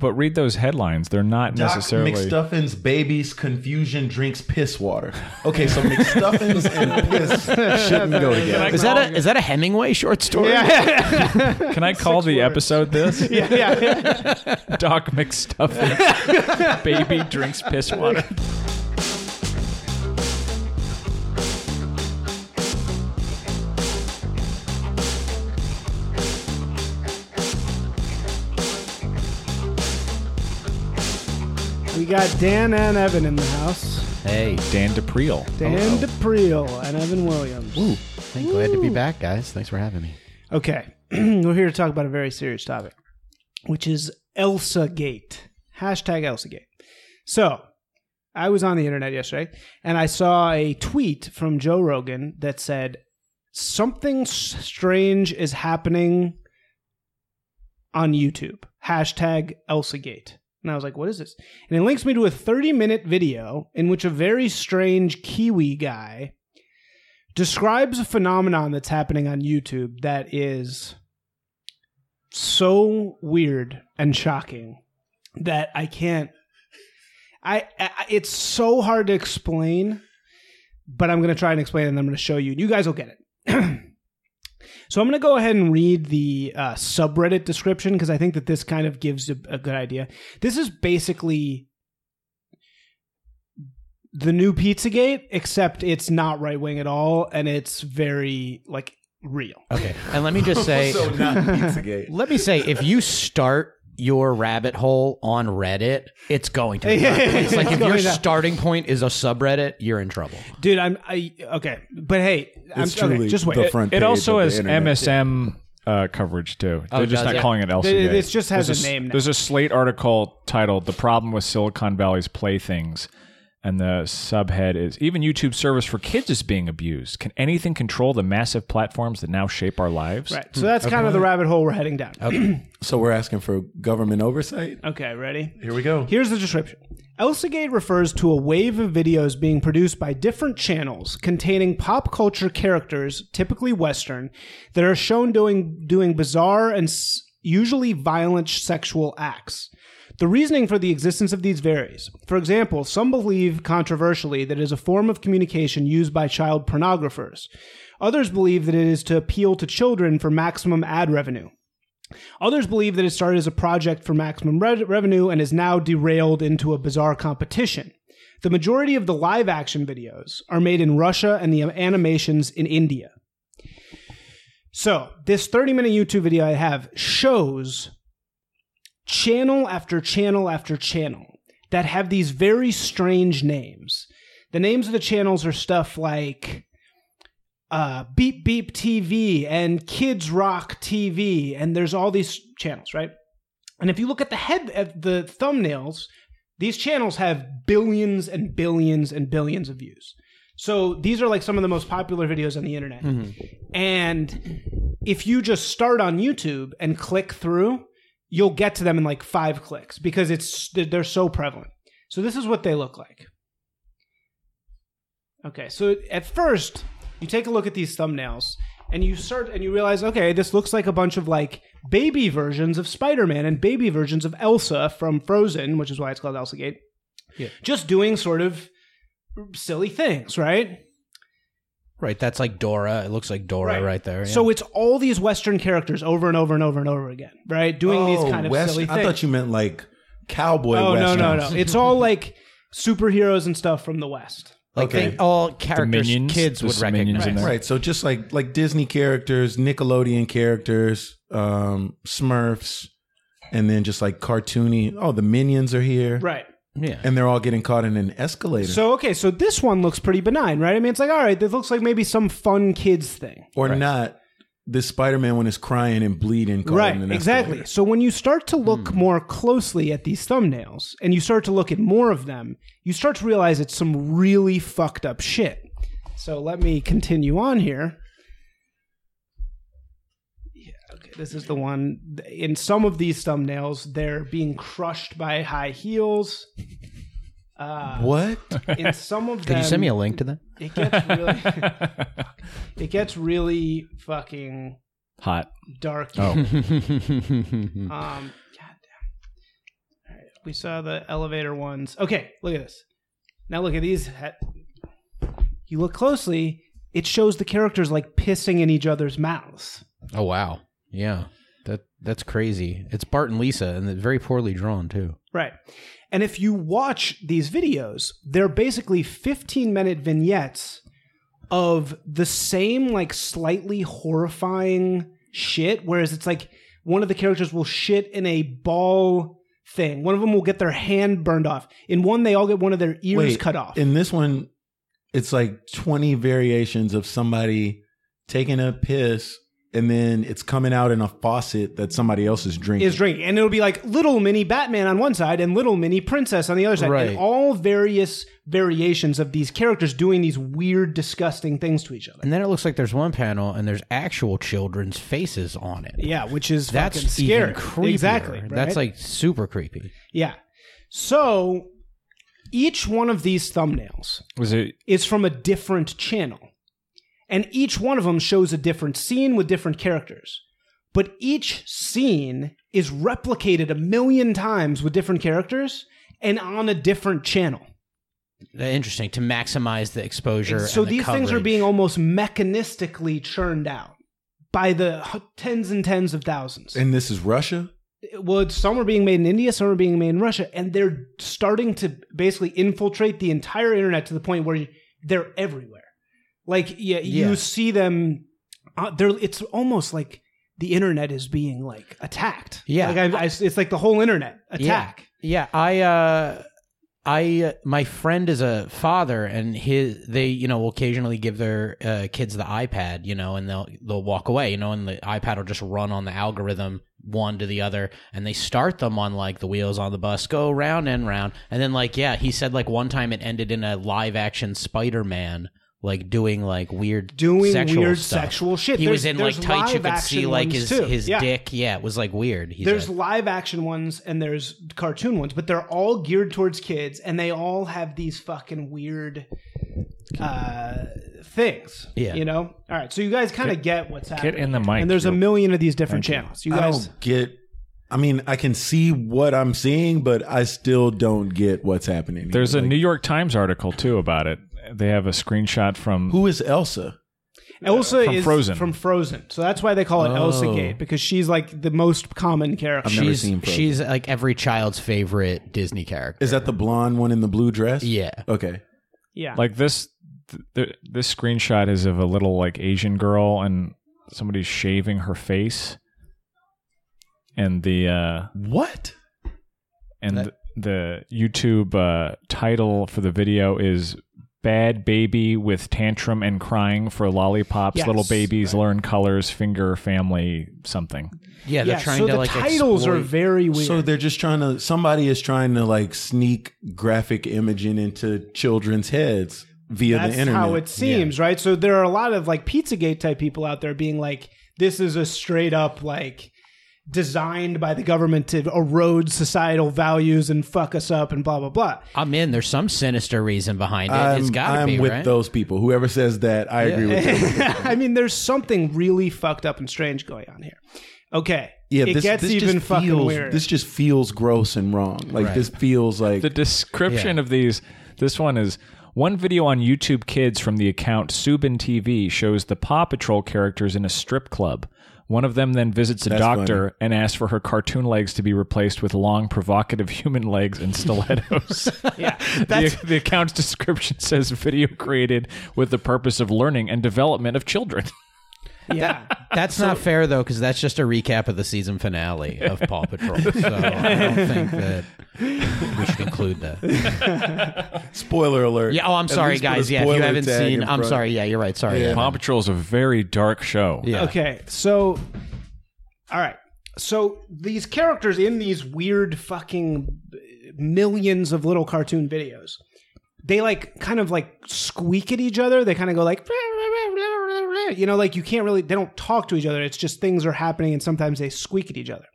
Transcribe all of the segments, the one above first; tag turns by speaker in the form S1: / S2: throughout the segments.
S1: But read those headlines. They're not
S2: Doc
S1: necessarily.
S2: McStuffins, babies, confusion, drinks, piss water. Okay, so McStuffins and piss shouldn't go together.
S3: Is that a is that a Hemingway short story?
S1: Can I call the episode this? yeah, Doc McStuffins. Baby drinks piss water.
S4: We got Dan and Evan in the house.
S3: Hey,
S1: Dan DePriel.
S4: Dan DePriel and Evan Williams.
S3: hey, glad to be back, guys. Thanks for having me.
S4: Okay, we're here to talk about a very serious topic, which is Elsa Gate. Hashtag Elsa Gate. So, I was on the internet yesterday and I saw a tweet from Joe Rogan that said, Something s- strange is happening on YouTube. Hashtag Elsa Gate. And I was like, what is this? And it links me to a 30 minute video in which a very strange Kiwi guy describes a phenomenon that's happening on YouTube that is so weird and shocking that I can't. I, I it's so hard to explain, but I'm gonna try and explain, it and I'm gonna show you. You guys will get it. so I'm gonna go ahead and read the uh, subreddit description because I think that this kind of gives a, a good idea. This is basically the new Pizzagate, except it's not right wing at all, and it's very like real.
S3: Okay, and let me just say,
S2: So not Pizzagate.
S3: let me say, if you start your rabbit hole on Reddit, it's going to. Be it's like if your
S4: going down.
S3: starting point is a subreddit, you're in trouble.
S4: Dude, I'm I okay, but hey, I'm
S2: It's truly
S4: okay, just wait.
S2: the
S4: It-
S2: front
S1: It
S2: page
S1: also
S2: of the
S1: has
S2: internet.
S1: MSM uh, coverage too.
S3: Oh,
S1: They're
S3: it
S1: just
S3: does,
S1: not
S3: yeah.
S1: calling it LCD.
S4: it, it just has
S1: there's
S4: a,
S1: s-
S4: name. Now.
S1: There's a Slate article titled "The Problem with Silicon Valley's Playthings," and the subhead is "Even YouTube service for kids is being abused. Can anything control the massive platforms that now shape our lives?"
S4: Right, so
S2: Hmm.
S4: that's kind of the rabbit hole we're heading down.
S2: So we're asking for government oversight.
S4: okay, ready?
S2: Here we go.
S4: Here's the description. Elsagate refers to a wave of videos being produced by different channels containing pop culture characters, typically Western, that are shown doing doing bizarre and s- usually violent sexual acts. The reasoning for the existence of these varies. For example, some believe controversially that it is a form of communication used by child pornographers. Others believe that it is to appeal to children for maximum ad revenue. Others believe that it started as a project for maximum re- revenue and is now derailed into a bizarre competition. The majority of the live action videos are made in Russia and the animations in India. So, this 30 minute YouTube video I have shows channel after channel after channel that have these very strange names. The names of the channels are stuff like uh, Beep Beep TV and Kids Rock TV, and there's all these channels, right? And if you look at the head at the thumbnails, these channels have billions and billions and billions of views. So these are like some of the most popular videos on the internet. And if you just start on YouTube and click through, you'll get to them in like five clicks because it's they're so prevalent. So this is what they look like. Okay, so at first you take a look at these thumbnails and you start and you realize, okay, this looks like a bunch of like baby versions of Spider-Man and baby versions of Elsa from Frozen, which is why it's called Elsa Gate. Just doing sort of silly things, right?
S3: Right, that's like Dora. It looks like Dora right, there. yeah.
S4: So it's all these Western characters over and over and over and over again, right? Doing these kind of
S2: Oh, West-
S4: silly things.
S2: I thought you meant like cowboy.
S4: oh no,
S2: westerns.
S4: no, no! It's all like superheroes and stuff from the West.
S3: like
S2: okay.
S3: think all characters
S1: Minions,
S3: kids
S1: there's
S3: would
S1: some Minions in
S3: recognize.
S1: there.
S2: Right. So just like like Disney characters, Nickelodeon characters, um, Smurfs, and then just like cartoony. Oh, the minions are here.
S4: Right.
S3: Yeah.
S2: And they're all getting caught in an escalator.
S4: So okay, so this one looks pretty benign, right? I mean, it's like all right, this looks like maybe some fun kids thing.
S2: or not. This Spider Man one is crying and bleeding. caught
S4: Right,
S2: in an
S4: exactly.
S2: escalator.
S4: So when you start to look
S2: Hmm.
S4: more closely at these thumbnails and you start to look at more of them, you start to realize it's some really fucked up shit. So let me continue on here. Yeah, okay. This is the one in some of these thumbnails they're being crushed by high heels. Uh,
S2: What?
S4: In some of them
S3: Could you send me a link to that?
S4: it gets really It gets really fucking
S1: Hot.
S4: dark.
S1: Oh.
S4: Um, God damn. We saw the elevator ones. Okay, look at this. Now look at these. ha- You look closely. It shows the characters like pissing in each other's mouths.
S5: Oh wow. Yeah. That that's crazy. It's Bart and Lisa and they're very poorly drawn too.
S4: Right. And if you watch these videos, they're basically 15 minute vignettes of the same, like, slightly horrifying shit. Whereas it's like one of the characters will shit in a ball thing, one of them will get their hand burned off. In one, they all get one of their ears cut off.
S2: In this one, it's like 20 variations of somebody taking a piss and then it's coming out in a faucet that somebody else is drinking.
S4: is drinking. And it'll be like little mini Batman on one side and little mini princess on the other side.
S5: Right.
S4: And all various variations of these characters doing these weird, disgusting things to each other.
S5: And then it looks like there's one panel and there's actual children's faces on it.
S4: Yeah, which is
S5: That's
S4: fucking scary.
S5: even creepier.
S4: Exactly. right?
S5: That's like super creepy.
S4: yeah. So each one of these thumbnails
S1: Was it
S4: is from a different channel, and each one of them shows a different scene with different characters. But each scene is replicated a million times with different characters and on a different channel.
S5: Interesting to maximize the exposure.
S4: so
S5: and the
S4: these things are
S5: coverage.
S4: being almost mechanistically churned out by the h- tens and tens of thousands.
S2: and this is Russia?
S4: well, it's, some are being made in India, some are being made in Russia, and they're starting to basically infiltrate the entire internet to the point where they're everywhere. Like, yeah,
S5: Yeah.
S4: you see them. Uh, they're, it's almost like the internet is being like attacked.
S5: Yeah.
S4: like I, I, it's like the whole internet attack.
S5: Yeah, I uh I uh, my friend is a father and his they you know will occasionally give their uh, kids the iPad, you know, and they'll they'll walk away, you know, and the iPad will just run on the algorithm one to the other and they start them on like the wheels on the bus go round and round and then like yeah, he said like one time it ended in a live action Spider-Man like doing like weird
S4: Doing
S5: sexual
S4: weird
S5: stuff.
S4: sexual shit.
S5: He
S4: There's-
S5: was in like
S4: there's
S5: tights you
S4: live
S5: could see
S4: action
S5: like
S4: ones,
S5: his
S4: too.
S5: his
S4: Yeah.
S5: dick. Yeah, it was like weird. He
S4: There's
S5: said.
S4: live action ones and there's cartoon ones, but they're all geared towards kids and they all have these fucking weird uh things.
S5: Yeah.
S4: You know? All right. So you guys kind of get what's happening.
S1: get in the mic?
S4: and there's a
S1: you-
S4: million of these different channels. You
S2: I
S4: guys
S2: don't get I mean, I can see what I'm seeing, but I still don't get what's happening. here.
S1: There's a
S2: Like,
S1: New York Times article too about it. They have a screenshot from
S2: Who is Elsa?
S4: Elsa
S1: from
S4: is
S1: Frozen.
S4: from Frozen. So that's why they call it Elsa Gate, because she's like the most common character.
S2: never
S5: she's,
S2: seen Frozen.
S5: she's like every child's favorite Disney character.
S2: Is that the blonde one in the blue dress?
S5: Yeah.
S2: Okay.
S4: yeah.
S1: like this. Th- th- this screenshot is of a little like Asian girl and somebody's shaving her face, and the uh,
S2: What?
S1: and the YouTube uh, title for the video is "Bad Baby with Tantrum and Crying for Lollipops."
S4: Yes.
S1: Little babies learn colors, finger family something.
S5: Yeah, they're
S4: yeah,
S5: trying
S4: so
S5: to
S4: the
S5: like
S4: titles are
S5: exploit-
S4: very weird.
S2: So they're just trying to somebody is trying to like sneak graphic imaging into children's heads via
S4: That's
S2: the internet.
S4: how it seems, right? So there are a lot of like Pizzagate type people out there being like, this is a straight up like designed by the government to erode societal values and fuck us up and blah blah blah.
S5: I'm in. There's some sinister reason behind it.
S2: I'm,
S5: it's got to
S2: I'm
S5: be
S2: with
S5: right.
S2: those people. Whoever says that, I agree with them.
S4: I mean, there's something really fucked up and strange going on here. Okay.
S2: Yeah,
S4: it
S2: this,
S4: gets
S2: this
S4: even
S2: just
S4: fucking
S2: feels,
S4: weird.
S2: This just feels gross and wrong. Like this feels like
S1: the description of these this one is one video on YouTube Kids from the account Subin TV shows the Paw Patrol characters in a strip club. One of them then visits a doctor and asks for her cartoon legs to be replaced with long, provocative human legs and stilettos.
S4: yeah.
S1: the, the account's description says video created with the purpose of learning and development of children.
S4: Yeah.
S5: That's not fair though, because that's just a recap of the season finale of Paw Patrol. So I don't think that we should include that.
S2: spoiler alert.
S5: Yeah. Oh, I'm
S2: At
S5: sorry,
S2: least put a
S5: guys. Yeah, if you
S2: spoiler
S5: haven't
S2: tag
S5: seen,
S2: in
S5: I'm
S2: front.
S5: sorry. Yeah, you're right. Sorry. Yeah.
S1: Paw Patrol is a very dark show.
S5: Yeah.
S4: Okay, so all right. So these characters in these weird fucking millions of little cartoon videos, they like kind of like squeak at each other. They kind of go like you know, like you can't really they don't talk to each other. It's just things are happening and sometimes they squeak at each other.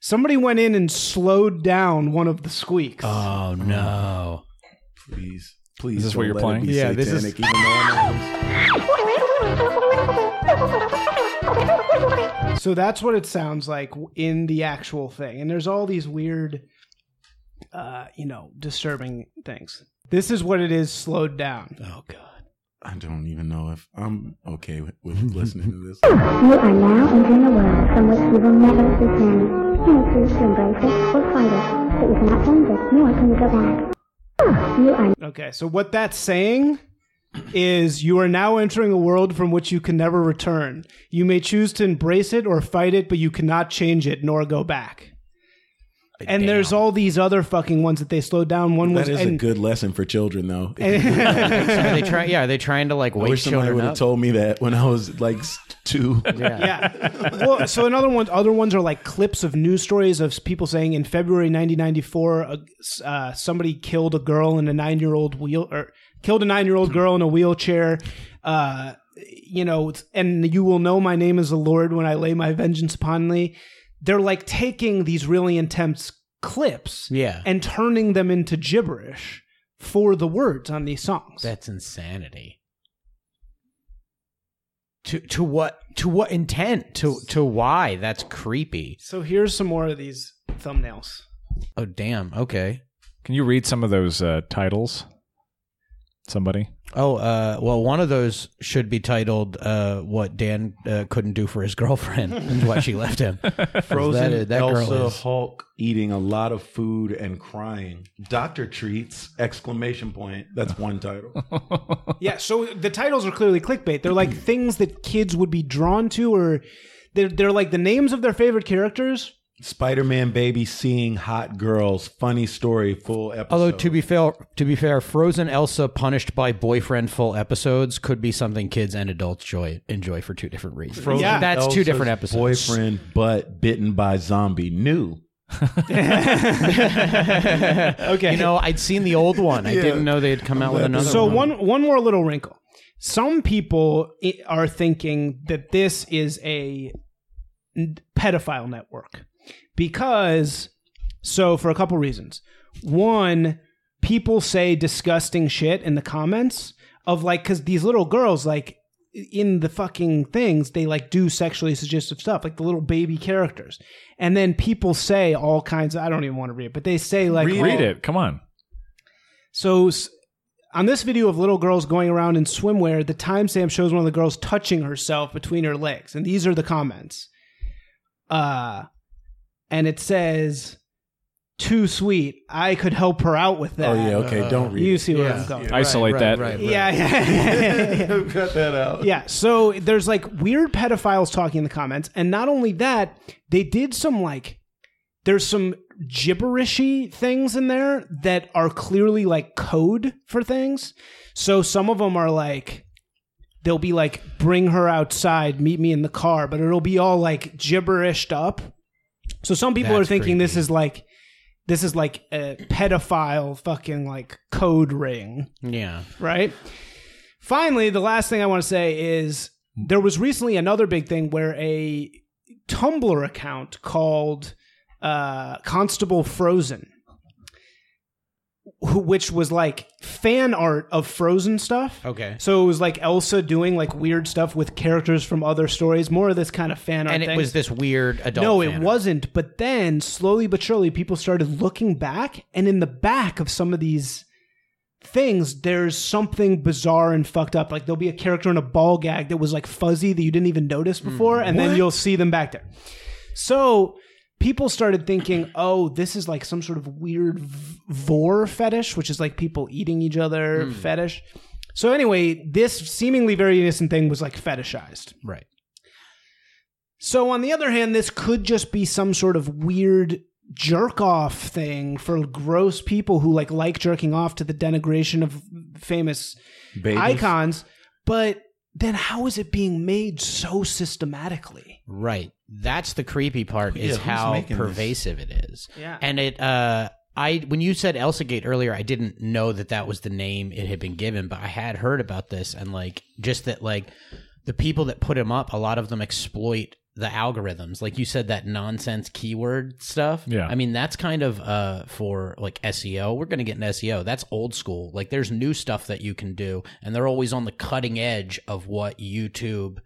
S4: Somebody went in and slowed down one of the squeaks.
S5: Oh no.
S2: Please, please.
S1: Is this what
S2: don't
S1: you're
S2: let
S1: playing?
S2: It be
S5: Yeah,
S2: yeah,
S5: this
S2: satanic,
S5: is-
S2: Even though I know it's-
S4: So that's what it sounds like in the actual thing. And there's all these weird uh, you know, disturbing things. This is what it is slowed down.
S5: Oh god.
S2: I don't even know if I'm okay with, with listening to this.
S6: You are now entering a world from which you will never return. You may choose to embrace it or fight it, but you cannot change it, nor can you go back. You are
S2: Oh.
S4: Okay, so what that's saying is you are now entering a world from which you can never return. You may choose to embrace it or fight it, but you cannot change it nor go back. And there's all these other fucking ones that they slowed down. One was
S2: That is a
S4: and-
S2: good lesson for children, though.
S5: Are they try yeah, are they trying to like
S2: I
S5: wake
S2: wish somebody
S5: children
S2: would
S5: up?
S2: have told me that when I was like s- two.
S4: yeah. Well, so another one, other ones are like clips of news stories of people saying in February 1994, uh, s- uh, somebody killed a girl in a nine year old wheel or killed a nine year old girl in a wheelchair. Uh, you know, it's- and you will know my name is the Lord when I lay my vengeance upon thee. They're like taking these really intense clips
S5: Yeah.
S4: and turning them into gibberish for the words on these songs.
S5: That's insanity. To to what to what intent? To to why? That's creepy.
S4: so here's some more of these thumbnails.
S5: Oh damn. Okay.
S1: Can you read some of those uh, titles? Somebody.
S5: Oh, uh, well, one of those should be titled uh, "What Dan uh, Couldn't Do for His Girlfriend" and why she left him.
S2: Frozen
S5: That- that
S2: Elsa
S5: girl is-
S2: Hulk eating a lot of food and crying. Doctor treats! Exclamation point. That's one title.
S4: Yeah, so the titles are clearly clickbait. They're like things that kids would be drawn to, or they're, they're like the names of their favorite characters.
S2: Spider-Man baby seeing hot girls. Funny story. Full episode.
S5: Although to be fair, to be fair, Frozen Elsa punished by boyfriend full episodes could be something kids and adults joy enjoy for two different reasons.
S2: Frozen
S4: Yeah.
S5: That's two
S2: Elsa's
S5: different episodes.
S2: Boyfriend but bitten by zombie. New.
S5: okay, you know, I'd seen the old one. I didn't know they had come out with another.
S4: So
S5: one.
S4: one one more little wrinkle. Some people i- are thinking that this is a n- pedophile network because so for a couple reasons. One, people say disgusting shit in the comments of like cuz these little girls like in the fucking things they like do sexually suggestive stuff like the little baby characters. And then people say all kinds of, I don't even want to read it, but they say like
S1: Read,
S4: all-
S1: it. Come on.
S4: so s- on this video of little girls going around in swimwear, the timestamp shows one of the girls touching herself between her legs, and these are the comments. Uh and it says too sweet. I could help her out with that.
S2: Oh yeah. Okay. don't read.
S4: You
S2: it.
S4: see where
S5: Yeah.
S4: I'm going.
S1: Isolate that.
S4: Yeah, yeah.
S2: Cut that out.
S4: Yeah, so there's like weird pedophiles talking in the comments, and not only that, they did some like there's some gibberishy things in there that are clearly like code for things. So some of them are like they'll be like bring her outside, meet me in the car, but it'll be all like gibberished up. So some people
S5: That's
S4: are thinking this
S5: creepy.
S4: is like this is like a pedophile fucking like code ring
S5: Yeah.
S4: right? Finally, the last thing I want to say is there was recently another big thing where a Tumblr account called uh, Constable Frozen, who, which was like fan art of Frozen stuff.
S5: Okay.
S4: So it was like Elsa doing like weird stuff with characters from other stories, more of this kind of fan art.
S5: And it
S4: thing.
S5: was this weird adult.
S4: No, it
S5: fan art.
S4: wasn't. But then slowly but surely, people started looking back, and in the back of some of these things, there's something bizarre and fucked up. Like there'll be a character in a ball gag that was like fuzzy that you didn't even notice before, and then you'll see them back there. So people started thinking, oh, this is like some sort of weird v- vor fetish, which is like people eating each other fetish. So anyway, this seemingly very innocent thing was like fetishized.
S5: right.
S4: So on the other hand, this could just be some sort of weird jerk off thing for gross people who like like jerking off to the denigration of famous
S2: Babies.
S4: icons. But then how is it being made so systematically?
S5: Right. That's the creepy part
S2: Yeah,
S5: is
S2: who's
S5: how
S2: making this?
S5: pervasive it is.
S4: Yeah.
S5: And it uh I when you said Elsa Gate earlier, I didn't know that that was the name it had been given, but I had heard about this and like just that like the people that put him up, a lot of them exploit the algorithms. Like you said that nonsense keyword stuff.
S1: Yeah.
S5: I mean, that's kind of uh for like SEO. We're going to get an SEO. That's old school. Like there's new stuff that you can do and they're always on the cutting edge of what YouTube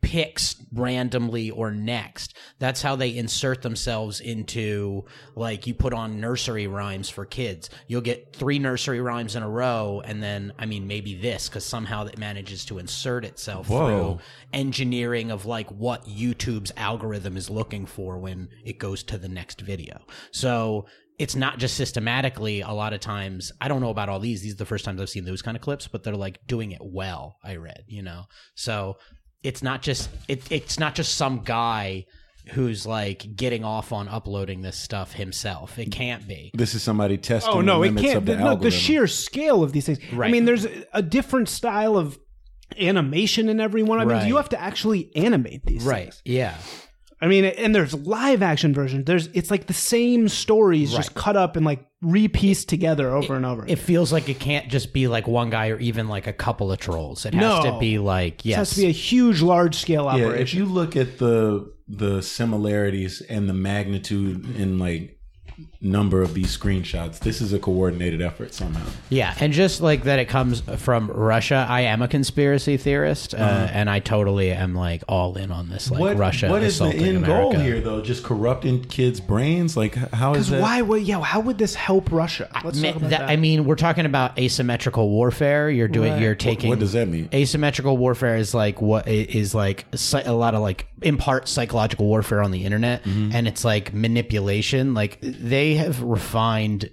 S5: picks randomly or next. That's how they insert themselves into like you put on nursery rhymes for kids. You'll get three nursery rhymes in a row, and then I mean maybe this because somehow that manages to insert itself
S2: Whoa.
S5: through engineering of like what YouTube's algorithm is looking for when it goes to the next video. So it's not just systematically a lot of times i don't know about all these these are the first times i've seen those kind of clips but they're like doing it well i read you know so it's not just it, it's not just some guy who's like getting off on uploading this stuff himself it can't be
S2: This is somebody testing.
S4: Oh no,
S2: the
S4: it
S2: limits
S4: can't.
S2: Of the,
S4: The, no, the
S2: algorithm.
S4: sheer scale of these things. I
S5: Right.
S4: mean, there's a, a different style of animation in every one. I mean,
S5: Right.
S4: you have to actually animate these. things.
S5: yeah
S4: I mean, and there's live action versions. There's it's like the same stories just cut up and like repieced together over and over.
S5: it feels like it can't just be like one guy or even like a couple of trolls it has
S4: No.
S5: to be like
S4: it
S5: yes
S4: has to be a huge, large scale
S2: Yeah,
S4: operation.
S2: if you look at the the similarities and the magnitude and like number of these screenshots, this is a coordinated effort somehow.
S5: Yeah, and just like that, it comes from Russia. I am a conspiracy theorist, uh, and I totally am like all in on this. Like Russia,
S2: Uh-huh. What is the
S5: assaulting
S2: end
S5: America.
S2: goal here, though? Just corrupting kids' brains? Like, h- how is that?
S4: Why would yeah? How would this help Russia? Let's
S5: Ma-
S4: talk about
S5: that-
S4: that.
S5: I mean, we're talking about asymmetrical warfare. You're doing, you're taking.
S2: What does that mean?
S5: asymmetrical warfare is like what i- is like psy- a lot of like in part psychological warfare on the internet and it's like manipulation like they have refined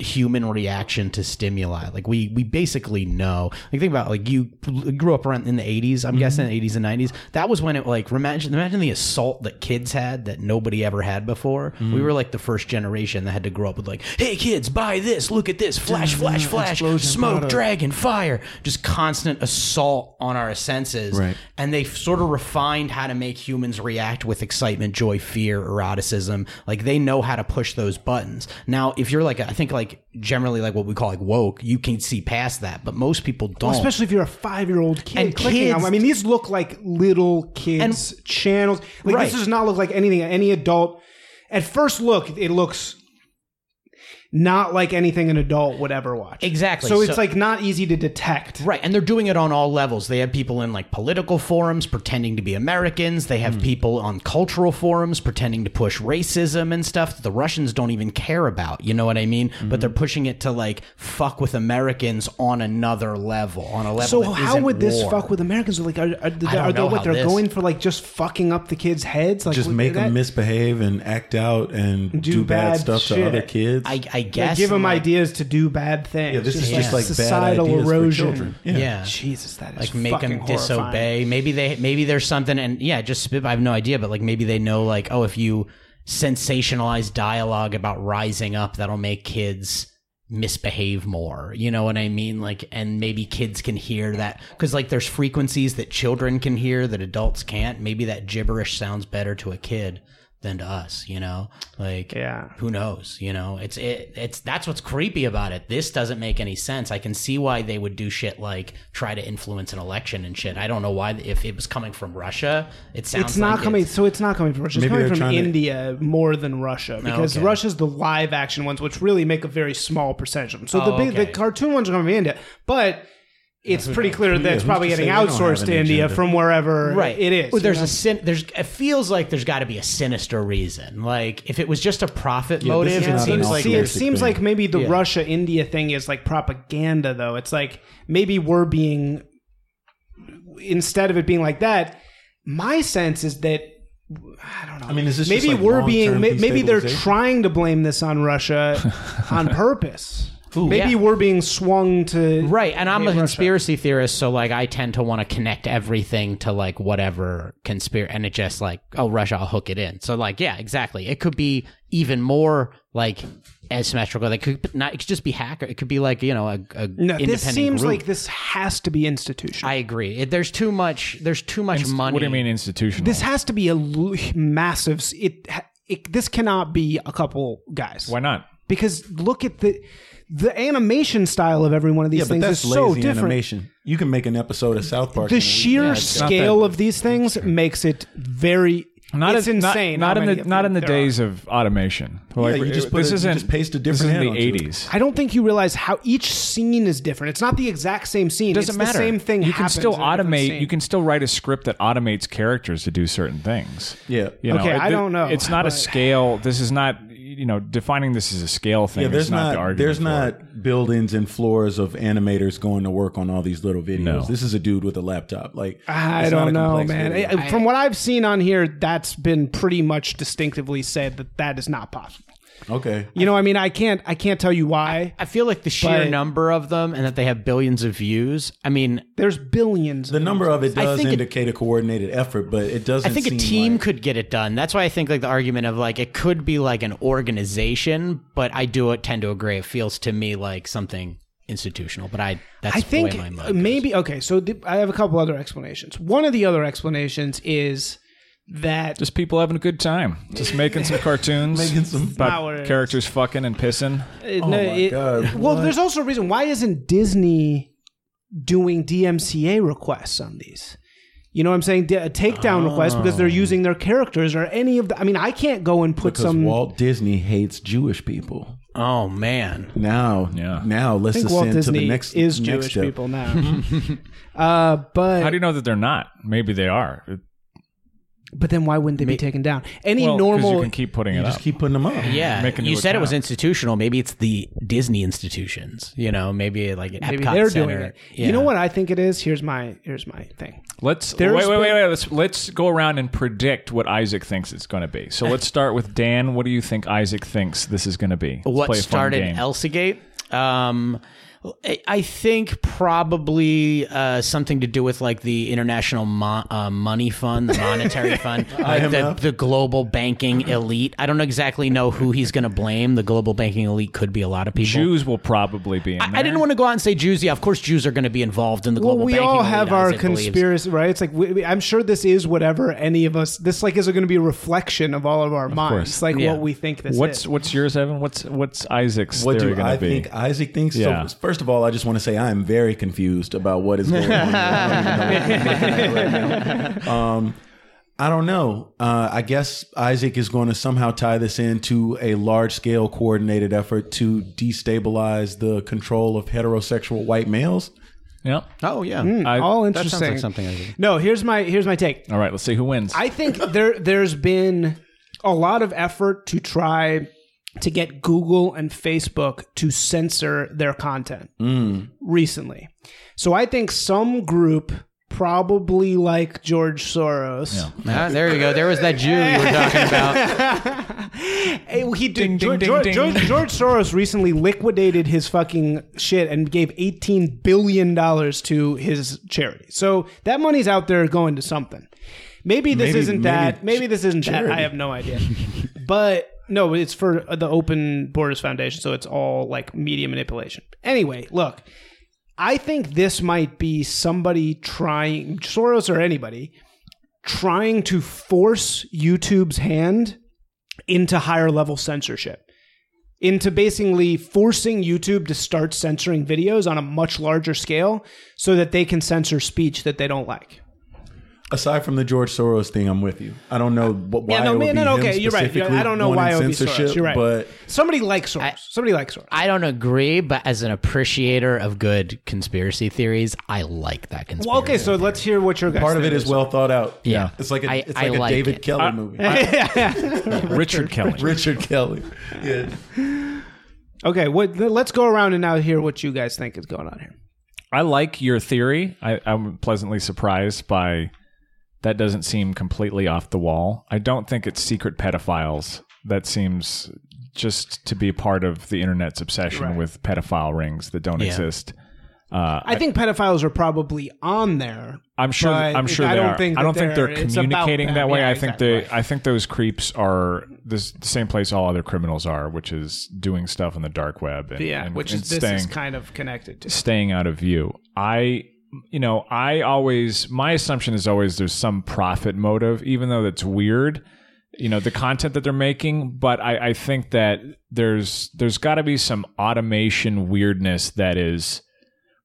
S5: human reaction to stimuli like we we basically know like think about like you grew up around in the 80s i'm guessing 80s and 90s that was when it like imagine imagine the assault that kids had that nobody ever had before we were like the first generation that had to grow up with like hey kids buy this look at this flash flash flash smoke dragon fire just constant assault on our senses
S2: Right.
S5: and they sort of refined how to make humans react with excitement, joy, fear, eroticism. Like they know how to push those buttons. Now, if you're like, I think like generally like what we call like woke, you can see past that, but most people don't.
S4: especially if you're a five-year-old kid.
S5: And
S4: clicking on-
S5: kids-
S4: I mean, these look like little kids channels. Like
S5: Right.
S4: this does not look like anything any adult. At first look, it looks not like anything an adult would ever watch.
S5: Exactly.
S4: So, it's
S5: So-
S4: like not easy to detect.
S5: Right, and they're doing it on all levels. They have people in like political forums pretending to be Americans. They
S4: Hmm.
S5: have people on cultural forums pretending to push racism and stuff that the Russians don't even care about. You know what I mean?
S4: Mm-hmm.
S5: But they're pushing it to like fuck with Americans on another level, on a level.
S4: So
S5: that
S4: how
S5: isn't
S4: would this
S5: war.
S4: fuck with Americans? Like, are, are, they, are they
S5: know
S4: what
S5: how
S4: they're
S5: this-
S4: going for? Like just fucking up the kids' heads? Like
S2: Just
S4: would
S2: make
S4: that-
S2: them misbehave and act out and do, bad,
S4: bad
S2: stuff to
S4: shit.
S2: other kids.
S5: I, I
S4: They
S5: guess
S4: give them
S5: like,
S4: ideas to do bad things.
S2: yeah, this is just
S5: Yeah.
S2: like
S4: societal
S2: bad ideas
S4: erosion.
S2: for children.
S5: Yeah.
S4: Jesus, that is
S5: Like make
S4: fucking
S5: them
S4: horrifying.
S5: disobey. Maybe they maybe there's something and yeah, just spit I have no idea, but like maybe they know like oh if you sensationalize dialogue about rising up that'll make kids misbehave more. You know what I mean? Like and maybe kids can hear that cuz like there's frequencies that children can hear that adults can't. Maybe that gibberish sounds better to a kid than to us, you know? Like
S4: Yeah.
S5: who knows you know it's it, it's that's what's creepy about it this doesn't make any sense i can see why they would do shit like try to influence an election and shit i don't know why if it was coming from russia it sounds
S4: It's not
S5: like
S4: coming.
S5: it's-
S4: so it's not coming from Russia. It's
S2: Maybe
S4: coming
S2: they're
S4: from
S2: trying to-
S4: India more than Russia because
S5: Oh, okay.
S4: Russia's the live action ones, which really make a very small percentage of them. So the
S5: Oh,
S4: big, the
S5: okay.
S4: cartoon ones are coming from India, but it's pretty clear that it's
S2: who's
S4: probably
S2: to
S4: getting
S2: say they don't
S4: outsourced
S2: have
S4: to
S2: an
S4: India
S2: agenda?
S4: from wherever
S5: right
S4: it is.
S5: Or
S4: you
S5: there's
S4: know?
S5: a sin there's it feels like there's got to be a sinister reason like if it was just a profit
S2: Yeah, this
S5: motive
S2: is
S5: it
S2: not
S5: seems
S2: an
S5: like
S4: See, it
S2: altruistic
S4: seems
S2: thing.
S4: like maybe the
S5: Yeah.
S4: Russia India thing is like propaganda, though. It's like maybe we're being, instead of it being like that, my sense is that I don't know.
S2: I mean, is this just
S4: maybe
S2: like
S4: we're
S2: long-term
S4: being may- maybe they're
S2: destabilization?
S4: trying to blame this on Russia on purpose. maybe
S5: yeah.
S4: we're being swung to
S5: Right, and I'm a conspiracy theorist, so like I tend to want to connect everything to like whatever conspiracy, and it just like oh Russia, I'll hook it in. So like yeah, exactly. It could be even more like asymmetrical. They could not. It could just be hacker. It could be like you know a, a
S4: No,
S5: independent
S4: this seems
S5: group.
S4: like this has to be institutional.
S5: I agree. It, there's too much. There's too much money.
S1: What do you mean institutional?
S4: this has to be a l- massive. s- It, it this cannot be a couple guys.
S1: Why not?
S4: because look at the the animation style of every one of these
S2: Yeah, but
S4: things
S2: that's
S4: is
S2: lazy
S4: so different.
S2: animation. You can make an episode of South Park.
S4: The
S2: in a week.
S4: sheer
S1: not
S4: scale
S1: that-
S4: of these things makes it very
S1: Not
S4: It's
S1: as, not-
S4: insane
S1: Not,
S4: how
S1: in
S4: many
S1: the
S4: of
S1: not
S4: them
S1: in the
S4: there
S1: days of automation. Like,
S2: you just
S1: it-
S2: put
S1: this
S2: a- you
S1: isn't
S2: just paste a
S1: This is
S2: different hand
S1: in the
S2: onto it.
S1: eighties.
S4: I don't think you realize how each scene is different. It's not the exact same scene.
S1: Doesn't
S4: it's
S1: matter.
S4: The same thing.
S1: You can
S4: happens
S1: still
S4: in a different
S1: automate.
S4: scene.
S1: You can still write a script that automates characters to do certain things.
S2: Yeah.
S1: You know,
S4: Okay, I
S1: thi-
S4: don't know,
S1: It's not a
S4: but-
S1: scale. This is not. You know, defining this as a scale thing.
S2: Yeah,
S1: is
S2: there's
S1: not,
S2: not,
S1: the argument.
S2: there's
S1: for it.
S2: not buildings and floors of animators going to work on all these little videos.
S1: No.
S2: This is a dude with a laptop. Like
S4: I
S2: it's not a
S4: don't know,
S2: complex
S4: man.
S2: video.
S4: I- From what I've seen on here, that's been pretty much distinctively said that that is not possible.
S2: okay,
S4: You know, I mean, I can't, I can't tell you why.
S5: I feel like the sheer
S4: But-
S5: number of them and that they have billions of views. I mean,
S4: There's billions.
S2: the number of it
S5: I
S2: does
S5: think it-
S2: indicate a coordinated effort, but it doesn't.
S5: I think a
S2: seem
S5: team
S2: like-
S5: could get it done. That's why I think like the argument of like it could be like an organization, but I do tend to agree. It feels to me like something institutional, but I that's
S4: I think
S5: the way my mind
S4: uh,
S5: goes.
S4: maybe okay. So the, I have a couple other explanations. One of the other explanations is that uh,
S1: Just people having a good time. Just making some cartoons.
S2: Making some-
S1: about
S4: Not what it is.
S1: characters fucking and pissing.
S4: Uh,
S2: Oh my God,
S4: well,
S2: what?
S4: there's also a reason why isn't Disney doing DMCA requests on these? You know what I'm saying? D- a takedown requests because they're using their characters or any of the. I mean, I can't go and put
S2: Ah. because
S4: some.
S2: Walt Disney hates Jewish people.
S5: Oh man.
S2: Now,
S1: Yeah.
S2: now let's
S4: I think
S2: ascend
S4: Walt
S2: to
S4: Disney
S2: the next
S4: is
S2: next
S4: Jewish
S2: step.
S4: people now. uh, but
S1: How do you know that they're not? Maybe they are. It-
S4: but then why wouldn't they be taken down? Any
S1: well, 'cause you
S4: normal.
S1: can keep putting
S2: You
S1: it
S2: just
S1: up.
S2: keep putting them up.
S5: Yeah,
S1: Make a
S5: you
S1: new
S5: said it was
S1: account.
S5: institutional. Maybe it's the Disney institutions. You know, maybe like at
S4: Maybe
S5: Epcot
S4: they're
S5: Center.
S4: doing it.
S5: Yeah.
S4: You know what I think it is? Here's my here's my thing.
S1: let's wait,
S4: There's
S1: wait, wait,
S4: been-
S1: wait. Let's let's go around and predict what Isaac thinks it's going to be. So let's start with Dan. What do you think Isaac thinks this is going to be? Let's
S5: what
S1: play a fun
S5: started
S1: game.
S5: Elsagate? Um, I- I think probably uh, something to do with like the international mo- uh, money fund, the monetary fund, like the,
S2: IMF.
S5: the global banking elite. I don't exactly know who he's going to blame. The global banking elite could be a lot of people.
S1: Jews will probably be in there.
S5: I didn't want to go out and say Jews. Yeah, of course Jews are going to be involved in the
S4: Well,
S5: global
S4: we
S5: banking
S4: all
S5: elite,
S4: have our
S5: Isaac believes.
S4: conspiracy, right? It's like we, we- I'm sure this is whatever any of us. This like is going to be a reflection of all of our minds,
S1: course.
S4: like
S5: Yeah.
S4: what we think this
S1: What's
S4: is.
S1: what's yours, Evan? What's what's Isaac's
S2: What
S1: theory
S2: do
S1: going
S2: I
S1: to be?
S2: think Isaac thinks?
S1: Yeah.
S2: So, first of all, I just want to say I am very confused about what is going on. I don't even know what I'm looking at right now. um, I don't know. Uh, I guess Isaac is going to somehow tie this into a large scale coordinated effort to destabilize the control of heterosexual white males.
S1: yeah.
S5: Oh yeah,
S1: I-
S4: all
S5: that
S4: interesting.
S5: sounds like something. I do.
S4: No, here's my here's my take.
S1: All right. Let's see who wins.
S4: I think there there's been a lot of effort to try to get Google and Facebook to censor their content
S5: Hmm.
S4: recently. So I think some group probably like George Soros.
S5: Ah, there you go. There was that Jew you were talking about.
S4: Hey, well, eh, he did.
S1: Ding,
S4: George,
S1: ding,
S4: George,
S1: ding,
S4: George,
S1: ding.
S4: George Soros recently liquidated his fucking shit and gave eighteen billion dollars to his charity. So that money's out there going to something. Maybe this
S2: Maybe-
S4: isn't
S2: maybe
S4: that. Maybe this isn't that. I
S2: charity.
S4: have no idea. but no, it's for the Open Borders Foundation, so it's all like media manipulation. Anyway, look. I think this might be somebody trying, Soros or anybody, trying to force YouTube's hand into higher level censorship, into basically forcing YouTube to start censoring videos on a much larger scale so that they can censor speech that they don't like.
S2: Aside from the George Soros thing, I'm with you. I don't know wh- why.
S4: Uh, Yeah, no,
S2: it would
S4: man,
S2: be
S4: no, no,
S2: him
S4: okay, you're right. You're- I don't
S2: specifically
S4: know why it would
S2: wanting
S4: be Soros.
S2: censorship,
S4: You're right.
S2: But
S4: Somebody likes Soros. Somebody likes Soros.
S5: I don't agree, but as an appreciator of good conspiracy theories, I like that conspiracy.
S4: Well, okay, so let's hear what your guys
S2: part of it
S4: think.
S2: is well thought out.
S5: Yeah.
S2: it's like a,
S5: I-
S2: it's
S5: I
S2: like a
S5: like
S2: David
S5: it.
S4: Uh,
S2: Kelly movie.
S1: Richard Kelly.
S2: Richard Kelly. Yeah.
S4: Okay, what, let's go around and now hear what you guys think is going on here.
S1: I like your theory. I, I'm pleasantly surprised by that. Doesn't seem completely off the wall. I don't think it's secret pedophiles. That seems just to be part of the internet's obsession with pedophile rings that don't exist.
S4: I, think pedophiles are probably on there.
S1: I'm sure.
S4: But
S1: I'm sure
S4: I
S1: they
S4: don't
S1: are.
S4: think
S1: I
S4: that
S1: don't think they're
S4: they're- it's about
S1: communicating
S4: them.
S1: that way.
S4: Yeah,
S1: I think
S4: exactly
S1: they.
S4: right.
S1: I think those creeps are this the same place all other criminals are, which is doing stuff on the dark web. And,
S4: Yeah,
S1: and-
S4: which
S1: and
S4: is this
S1: staying.
S4: is kind of connected to.
S1: staying out of view. I, you know, I always, my assumption is always there's some profit motive, even though that's weird, you know, the content that they're making. But I, I think that there's, there's got to be some automation weirdness that is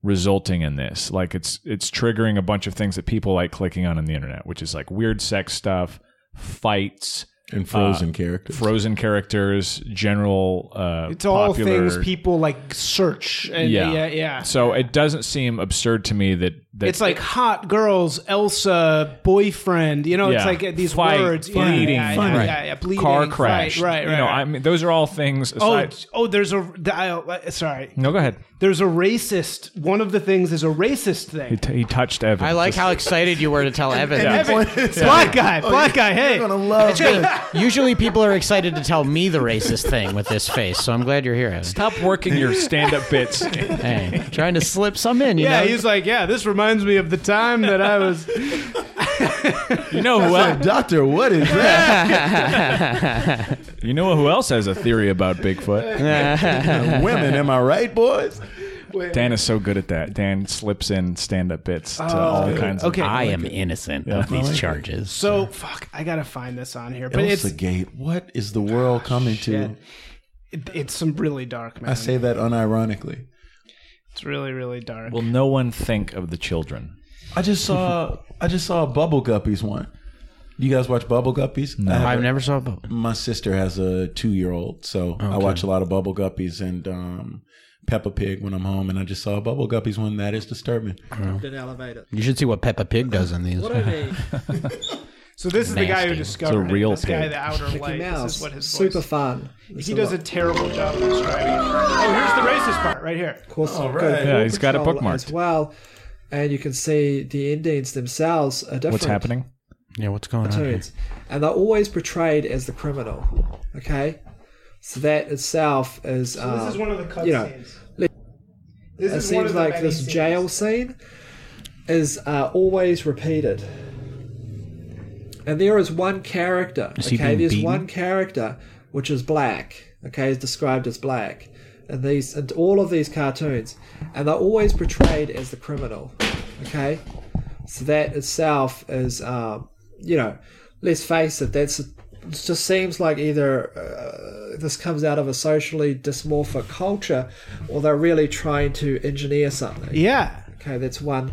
S1: resulting in this. Like it's, it's triggering a bunch of things that people like clicking on in the internet, which is like weird sex stuff, fights,
S2: and frozen characters.
S1: frozen characters, general. Uh,
S4: It's all
S1: popular-
S4: things people like search. And
S1: Yeah.
S4: yeah, yeah, yeah.
S1: So it doesn't seem absurd to me that, that
S4: It's like hot girls, Elsa, boyfriend. You know,
S1: Yeah.
S4: it's like uh, these
S1: Fight,
S4: words.
S1: bleeding,
S4: yeah, yeah,
S1: fight,
S4: yeah, yeah, yeah, bleeding,
S1: car
S4: fight,
S1: crash.
S4: Right, right.
S1: You know,
S4: right.
S1: I mean, those are all things.
S4: Oh,
S1: Aside,
S4: oh, there's a. I, uh, sorry,
S1: no, go ahead.
S4: there's a racist. One of the things is a racist
S1: He,
S4: thing.
S1: t- he touched Evan.
S5: I like
S1: Just-
S5: how excited you were to tell Evan.
S4: Evan, black guy, black guy. Hey,
S2: Oh, You're gonna love it.
S5: Usually people are excited to tell me the racist thing with this face, so I'm glad you're here, Evan.
S1: Stop working your stand-up bits.
S5: Hey, trying to slip some in, you
S4: yeah,
S5: know?
S4: he's like, yeah. This reminds me of the time that I was.
S1: You know who
S2: Well,
S1: else?
S2: doctor, what is that?
S1: You know who else has a theory about Bigfoot?
S2: Women, am I right, boys?
S1: Dan is so good at that. Dan slips in stand-up bits to all kinds of.
S4: Oh, Okay,
S5: I am innocent of these charges.
S4: so fuck. I gotta find this on here, but
S2: Elsa
S4: it's
S2: Gate. What is the world coming to?
S4: shit. it, it's some really dark man.
S2: I say that unironically.
S4: it's really really dark.
S1: Will no one think of the children?
S2: I just saw. I just saw a Bubble Guppies one. You guys watch Bubble Guppies? No,
S5: I've never saw a
S2: my sister has a two year old, so I watch a lot of Bubble Guppies and um, Peppa Pig when I'm home. And I just saw a Bubble Guppies one that is disturbing.
S5: You should see what Peppa Pig does in these.
S4: so this is the guy who
S5: Nasty.
S4: discovered
S1: It's a real
S4: it. this guy,
S1: pig.
S4: the outer light. This
S7: Mouse,
S4: is what his
S7: super
S4: voice.
S7: fun.
S4: He does a terrible job of describing. it. Oh, here's the racist part right here.
S7: course, All
S2: right.
S1: Yeah, he's got it bookmarked.
S7: as well, and you can see the Indians themselves are different.
S1: What's happening?
S5: Yeah, what's going on?
S7: Tyrants. and they're always portrayed as the criminal. Okay, so that itself is. um,
S4: This is one of the cut
S7: you know,
S4: scenes.
S7: It
S4: This is one
S7: seems
S4: of the
S7: like
S4: many
S7: this
S4: scenes.
S7: jail scene is uh, always repeated. And there is one character.
S5: he
S7: okay,
S5: being
S7: there's
S5: beaten?
S7: one character which is black. Okay, is described as black. And these and all of these cartoons. And they're always portrayed as the criminal. Okay? So that itself is um, you know, let's face it, that's it just seems like either uh, this comes out of a socially dysmorphic culture or they're really trying to engineer something.
S4: Yeah.
S7: Okay, that's one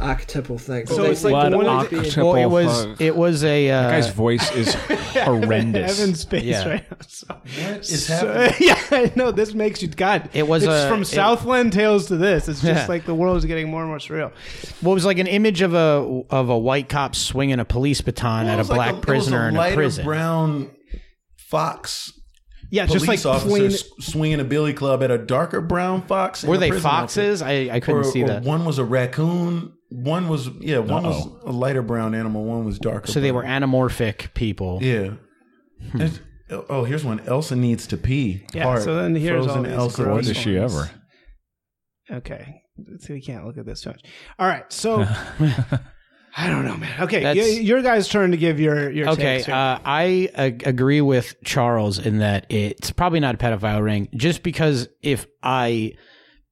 S7: archetypal thing. So,
S4: it's like
S1: What
S4: the one
S1: a-
S4: of the-
S1: octopus.
S5: Well, it was it was a uh,
S1: Guy's voice is horrendous.
S4: Evan's face
S5: Yeah.
S4: right now. So.
S2: It's
S4: So, yeah, I know this makes you God.
S5: It was
S4: it's
S5: a-
S4: from
S5: it-
S4: Southland Tales to this. It's just
S5: Yeah.
S4: like the world is getting more and more surreal.
S5: what was like an image of a of a white cop swinging a police baton at a black prisoner in a prison.
S2: brown fox.
S4: Yeah,
S2: Police
S4: just like
S2: officer
S4: plain.
S2: s- swinging a billy club at a darker brown fox. in
S5: Were
S2: a
S5: they
S2: prison outfit.
S5: foxes? I, I couldn't
S2: or,
S5: see
S2: or
S5: that.
S2: One was a raccoon. One was yeah. One was a lighter brown animal. One was darker.
S5: So they Hmm. were
S2: brown.
S5: anamorphic people.
S2: yeah. There's- Oh, here's one. Elsa needs to pee.
S4: Yeah, so then here's all
S2: Frozen
S4: these
S2: Elsa.
S4: gross
S1: What is she
S4: ones.
S1: ever?
S4: Okay, so we can't look at this too much. All right, so I don't know, man. Okay, y-
S5: That's-
S4: your guy's turn to give your your
S5: Okay,
S4: takes here.
S5: uh, I ag- agree with Charles in that it's probably not a pedophile ring, just because if I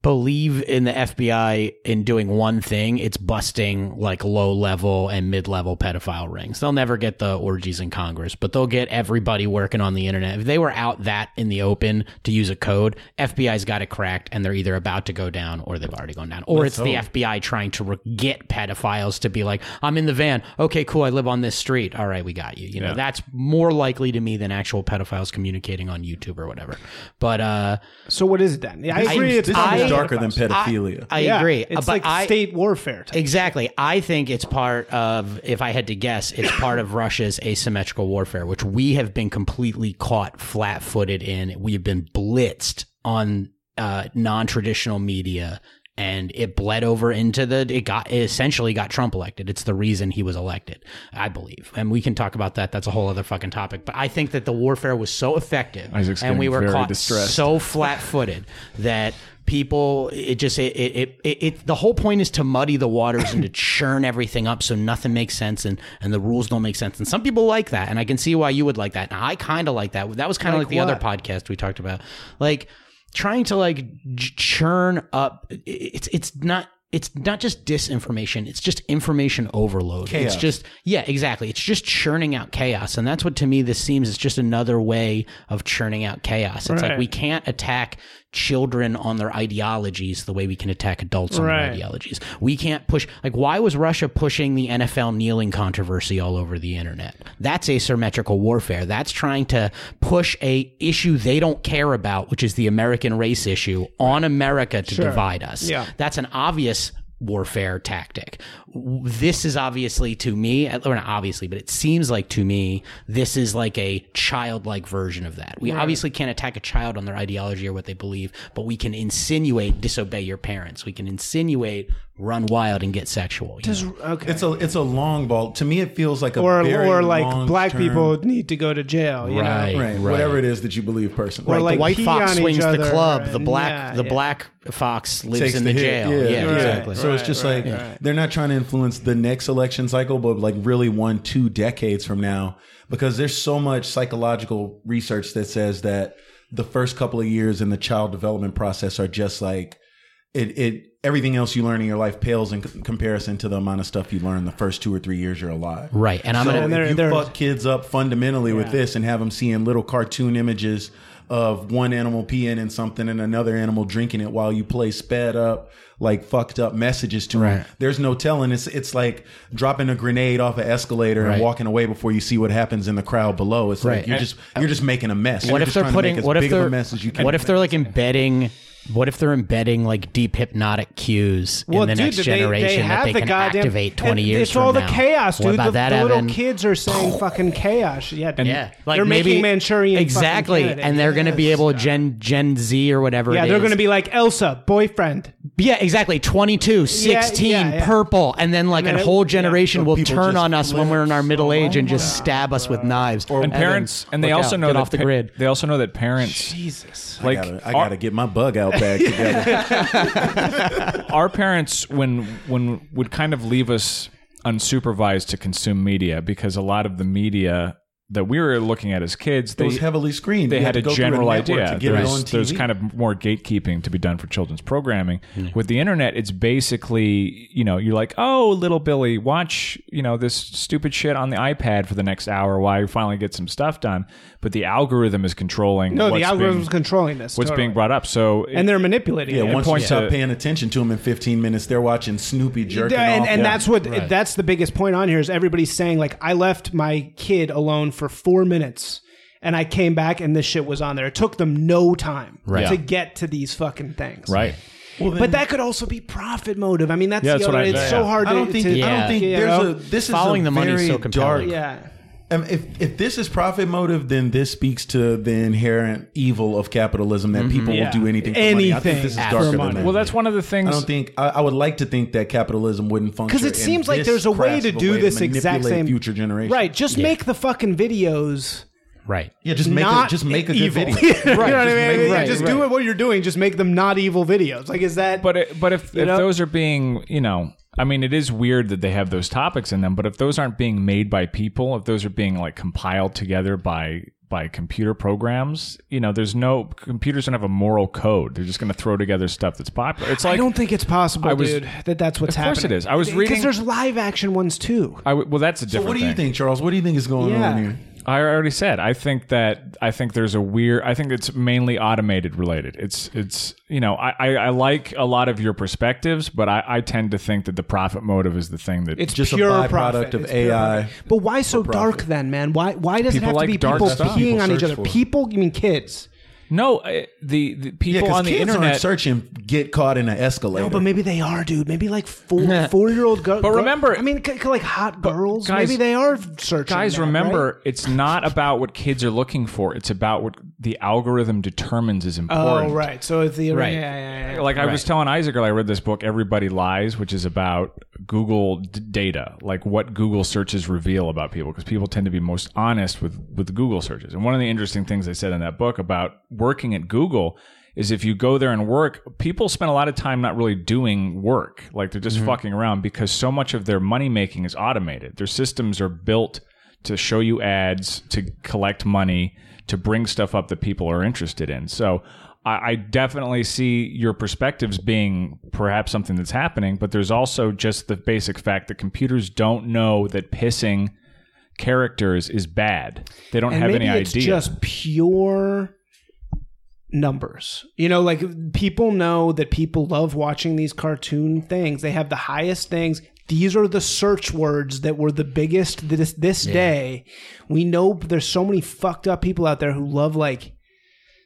S5: believe in the FBI in doing one thing, it's busting like low level and mid level pedophile rings. They'll never get the orgies in Congress, but they'll get everybody working on the internet. If they were out that in the open to use a code, FBI's got it cracked and they're either about to go down or they've already gone down. Or it's the FBI trying to re- get pedophiles to be like, I'm in the van. Okay, cool. I live on this street. All right, we got you. You know, that's more likely to me than actual pedophiles communicating on YouTube or whatever. But, uh,
S4: so what is it then? I agree.
S2: This
S4: it's
S2: is
S5: I-
S2: darker than pedophilia.
S5: I
S4: Yeah,
S5: agree.
S4: It's
S5: but
S4: like
S5: I,
S4: state warfare. Type.
S5: Exactly. I think it's part of, if I had to guess, it's part of Russia's asymmetrical warfare, which we have been completely caught flat footed in. We've been blitzed on uh, non traditional media. And it bled over into the, it got, it essentially got Trump elected. It's the reason he was elected, I believe. And we can talk about that. That's a whole other fucking topic. But I think that the warfare was so effective
S1: Isaac's
S5: and we
S1: getting
S5: were
S1: very
S5: caught
S1: distressed.
S5: so flat-footed that people it just it it, it it the whole point is to muddy the waters and to churn everything up so nothing makes sense and and the rules don't make sense and some people like that and i can see why you would like that and i kind of like that that was kind of like, the other podcast we talked about like trying to like j- churn up it- it's it's not it's not just disinformation, it's just information overload.
S2: Chaos.
S5: It's just yeah, exactly. It's just churning out chaos. And that's what to me this seems is just another way of churning out chaos. It's
S4: Right.
S5: like we can't attack children on their ideologies the way we can attack adults on
S4: Right.
S5: their ideologies. We can't push like why was Russia pushing the NFL kneeling controversy all over the internet? That's asymmetrical warfare. That's trying to push a issue they don't care about, which is the American race issue, on America to divide us.
S4: Yeah.
S5: That's an obvious warfare tactic. W- This is obviously to me, or not obviously, but it seems like to me, this is like a childlike version of that. We obviously can't attack a child on their ideology or what they believe, but we can insinuate disobey your parents. We can insinuate run wild and get sexual. you know?
S4: Okay.
S2: It's a it's a long ball. To me, it feels like a
S4: or
S2: very
S4: or like
S2: long
S4: black
S2: term-
S4: people need to go to jail. You
S5: Right.
S4: Know?
S2: right, Whatever it is that you believe personally,
S4: Or
S2: Right.
S4: like
S5: the white
S4: pee
S5: fox
S4: on each
S5: swings the
S4: other
S5: club. the
S4: and-
S5: black
S4: yeah,
S5: the
S4: yeah.
S5: black fox lives
S2: takes
S5: in
S2: the
S5: the,
S2: hit.
S5: jail. Yeah,
S2: right.
S5: exactly.
S2: So it's just like they're not trying to influence the next election cycle, but like really one, two decades from now, because there's so much psychological research that says that the first couple of years in the child development process are just like it. It everything else you learn in your life pales in c- comparison to the amount of stuff you learn the first two or three years you're alive.
S5: Right. And I'm
S2: So
S5: gonna
S4: And they're-
S2: if you
S4: they're-
S2: fuck kids up fundamentally with this and have them seeing little cartoon images of one animal peeing in something and another animal drinking it while you play sped up like fucked up messages to them. There's no telling. It's it's like dropping a grenade off an escalator and
S5: Right.
S2: walking away before you see what happens in the crowd below. It's like
S5: Right.
S2: you're just you're just making a mess.
S5: what
S2: You're
S5: if
S2: just
S5: they're
S2: trying to make
S5: putting
S2: as
S5: what if
S2: big of
S5: they're
S2: a mess as you can.
S5: what if they're like embedding what if they're embedding like deep hypnotic cues
S4: Well,
S5: in the
S4: dude,
S5: next
S4: they- they
S5: generation
S4: have
S5: that they
S4: the
S5: can
S4: goddamn-
S5: activate
S4: and
S5: 20 years
S4: It's
S5: from
S4: all the
S5: now.
S4: chaos, dude.
S5: What about
S4: the,
S5: that,
S4: the
S5: Evan?
S4: little kids are saying fucking chaos. Yeah, dude.
S5: yeah, like
S4: they're
S5: maybe,
S4: making Manchurian fucking
S5: exactly,
S4: candidate.
S5: and they're going to be able to Gen Gen Z or whatever.
S4: yeah,
S5: it
S4: they're
S5: is.
S4: going to be like Elsa, boyfriend.
S5: yeah, exactly, 22, 16,
S4: yeah, yeah.
S5: purple, and then like
S4: And
S5: a
S4: it-
S5: whole
S4: yeah.
S5: generation
S2: So
S5: will
S2: people
S5: turn
S2: just
S5: on us when we're in our
S2: flip.
S5: middle age and just stab us with knives. Or
S1: and parents and they also know
S5: get
S1: that
S5: off the
S1: pa-
S5: grid.
S1: They also know that parents
S4: Jesus.
S1: like
S2: I gotta, I
S1: our-
S2: gotta get my bug out bag together.
S1: our parents when when would kind of leave us unsupervised to consume media because a lot of the media that we were looking at as kids
S2: It
S1: they
S2: was heavily screened.
S1: they
S2: You
S1: had a
S2: to go through
S1: general
S2: network
S1: idea.
S2: to get it on
S1: there's,
S2: TV.
S1: there's kind of more gatekeeping to be done for children's programming. With the internet, it's basically you know you're like, oh, little Billy, watch you know this stupid shit on the iPad for the next hour while you finally get some stuff done. But the algorithm is controlling.
S4: No,
S1: what's
S4: the algorithm's
S1: being,
S4: controlling this.
S1: what's
S4: totally.
S1: being brought up. So
S4: and they're manipulating.
S2: Yeah,
S4: it.
S2: once you
S1: point
S2: stop
S1: to-
S2: paying attention to them in 15 minutes, they're watching Snoopy jerking
S4: and,
S2: off.
S4: and
S2: Yeah.
S4: that's what that's the biggest point on here is everybody's saying like I left my kid alone for four minutes and I came back and this shit was on there. It took them no time to get to these fucking things.
S1: right.
S4: but that could also be profit motive. I mean, that's
S1: Yeah,
S4: the
S1: that's
S4: other.
S1: what I-
S4: it's
S1: yeah.
S4: so hard.
S2: I don't
S4: to,
S2: think.
S4: to-
S2: I don't think
S4: you
S2: there's
S4: know?
S2: a. This is
S5: Following
S2: a
S5: the money is
S2: very
S5: so compelling.
S2: dark.
S4: yeah.
S2: Um, if if this is profit motive, then this speaks to the inherent evil of capitalism
S5: Mm-hmm.
S2: that people
S4: Yeah.
S2: will do anything. For money. I think
S4: Anything
S2: this is
S4: for
S2: darker
S5: money.
S2: than that.
S1: Well, that's one of the things.
S2: I don't think. I, I would like to think that capitalism wouldn't function
S4: Because it
S2: in
S4: seems like
S2: this
S4: there's a way
S2: crass
S4: to
S2: of a
S4: do
S2: way
S4: this exact
S2: manipulate
S4: same
S2: future generation.
S4: Right, just make the fucking videos.
S5: right.
S2: Yeah, just make
S4: not
S2: a, just make a
S4: evil.
S2: good video.
S4: you know what I mean?
S2: make-
S4: Yeah,
S2: right,
S4: just do what you're doing. Just make them not evil videos. Like, is that?
S1: But it, but if, if
S4: know?
S1: those are being you know I mean it is weird that they have those topics in them, but if those aren't being made by people, if those are being like compiled together by by computer programs, you know, there's no computers don't have a moral code. They're just going to throw together stuff that's popular. It's
S4: I
S1: like
S4: don't think it's possible,
S1: I was-
S4: dude. That that's what's
S1: Of course
S4: happening.
S1: it is. I was reading-
S4: because there's live action ones too.
S1: I w- well, that's a different.
S2: What do you
S1: thing.
S2: think, Charles? What do you think is going
S4: Yeah.
S2: on here?
S1: I already said. I think that I think there's a weird. I think it's mainly automated related. It's it's you know I, I, I like a lot of your perspectives, but I, I tend to think that the profit motive is the thing that
S4: It's
S2: Just a
S4: pure
S2: byproduct
S4: profit.
S2: of
S4: It's pure
S2: AI.
S4: profit. But why so dark then, man? Why why does
S1: People
S4: it have
S1: like
S4: to be
S1: dark
S4: people
S1: stuff.
S4: peeing
S2: People
S4: on each
S2: search
S4: other?
S2: for it.
S4: People, you mean kids?
S1: no uh, the, the
S2: Yeah,
S1: people
S2: because
S1: on the
S2: kids aren't
S1: internet
S2: searching get caught in an escalator.
S4: But maybe they are, dude. Maybe like four four year old girls.
S1: But remember-
S4: I mean, c- c- like hot girls.
S1: guys-
S4: maybe they are searching.
S1: guys
S4: that,
S1: remember
S4: right?
S1: it's not about what kids are looking for it's about what the algorithm determines is important
S4: Oh right, so it's the
S5: Right.
S4: Yeah, yeah, yeah, yeah.
S1: like i was telling isaac earlier i read this book everybody lies which is about google d- data like what google searches reveal about people because people tend to be most honest with with google searches and one of the interesting things they said in that book about working at google is if you go there and work people spend a lot of time not really doing work like they're just fucking around because so much of their money making is automated their systems are built to show you ads, to collect money, to bring stuff up that people are interested in. So I- I, I definitely see your perspectives being perhaps something that's happening, but there's also just the basic fact that computers don't know that pissing characters is bad. They don't
S4: and
S1: have
S4: maybe
S1: any
S4: it's
S1: idea.
S4: just pure numbers. You know, like people know that people love watching these cartoon things. They have the highest things. These are the search words that were the biggest this this day. We know there's so many fucked up people out there who love like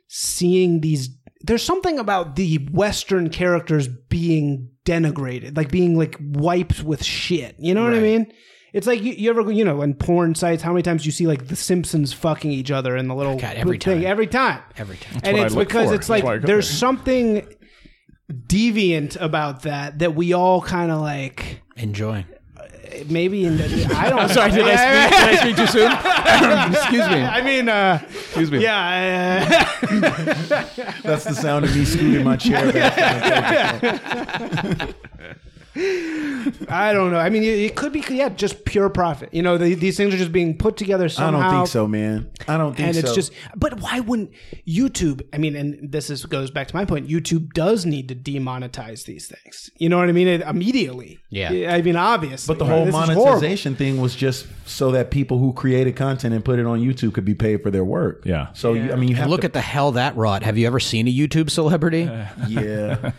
S4: seeing these there's something about the western characters being denigrated like being like wiped with shit you know what i mean it's like you, you ever you know in porn sites how many times you see like the simpsons fucking each other in the little
S5: God, every
S4: thing
S5: time.
S4: every time
S5: Every time.
S4: and
S1: what I
S4: it's
S1: look
S4: because
S1: for.
S4: it's
S1: That's
S4: like
S1: why I go
S4: there's
S1: there.
S4: something deviant about that that we all kind of like
S5: Enjoy.
S4: maybe in the, i don't
S1: Sorry, did I speak, did I speak too soon? Excuse me.
S4: i mean uh
S1: Excuse me.
S4: yeah uh,
S2: That's the sound of me scooting my chair back.
S4: I don't know. I mean, it, it could be yeah, just pure profit. You know, the, these things are just being put together
S2: I
S4: somehow.
S2: don't think so, man. I don't think
S4: And
S2: so.
S4: it's just, but why wouldn't YouTube? I mean, and this is goes back to my point. YouTube does need to demonetize these things. You know what I mean? It, immediately.
S5: Yeah.
S4: I mean, obviously.
S2: But the whole
S4: This is horrible.
S2: monetization thing was just so that people who created content and put it on YouTube could be paid for their work.
S1: Yeah.
S2: So You, I mean, you have
S5: And look
S2: to,
S5: at the hell that wrought. Have you ever seen a YouTube celebrity?
S4: Uh,
S2: yeah.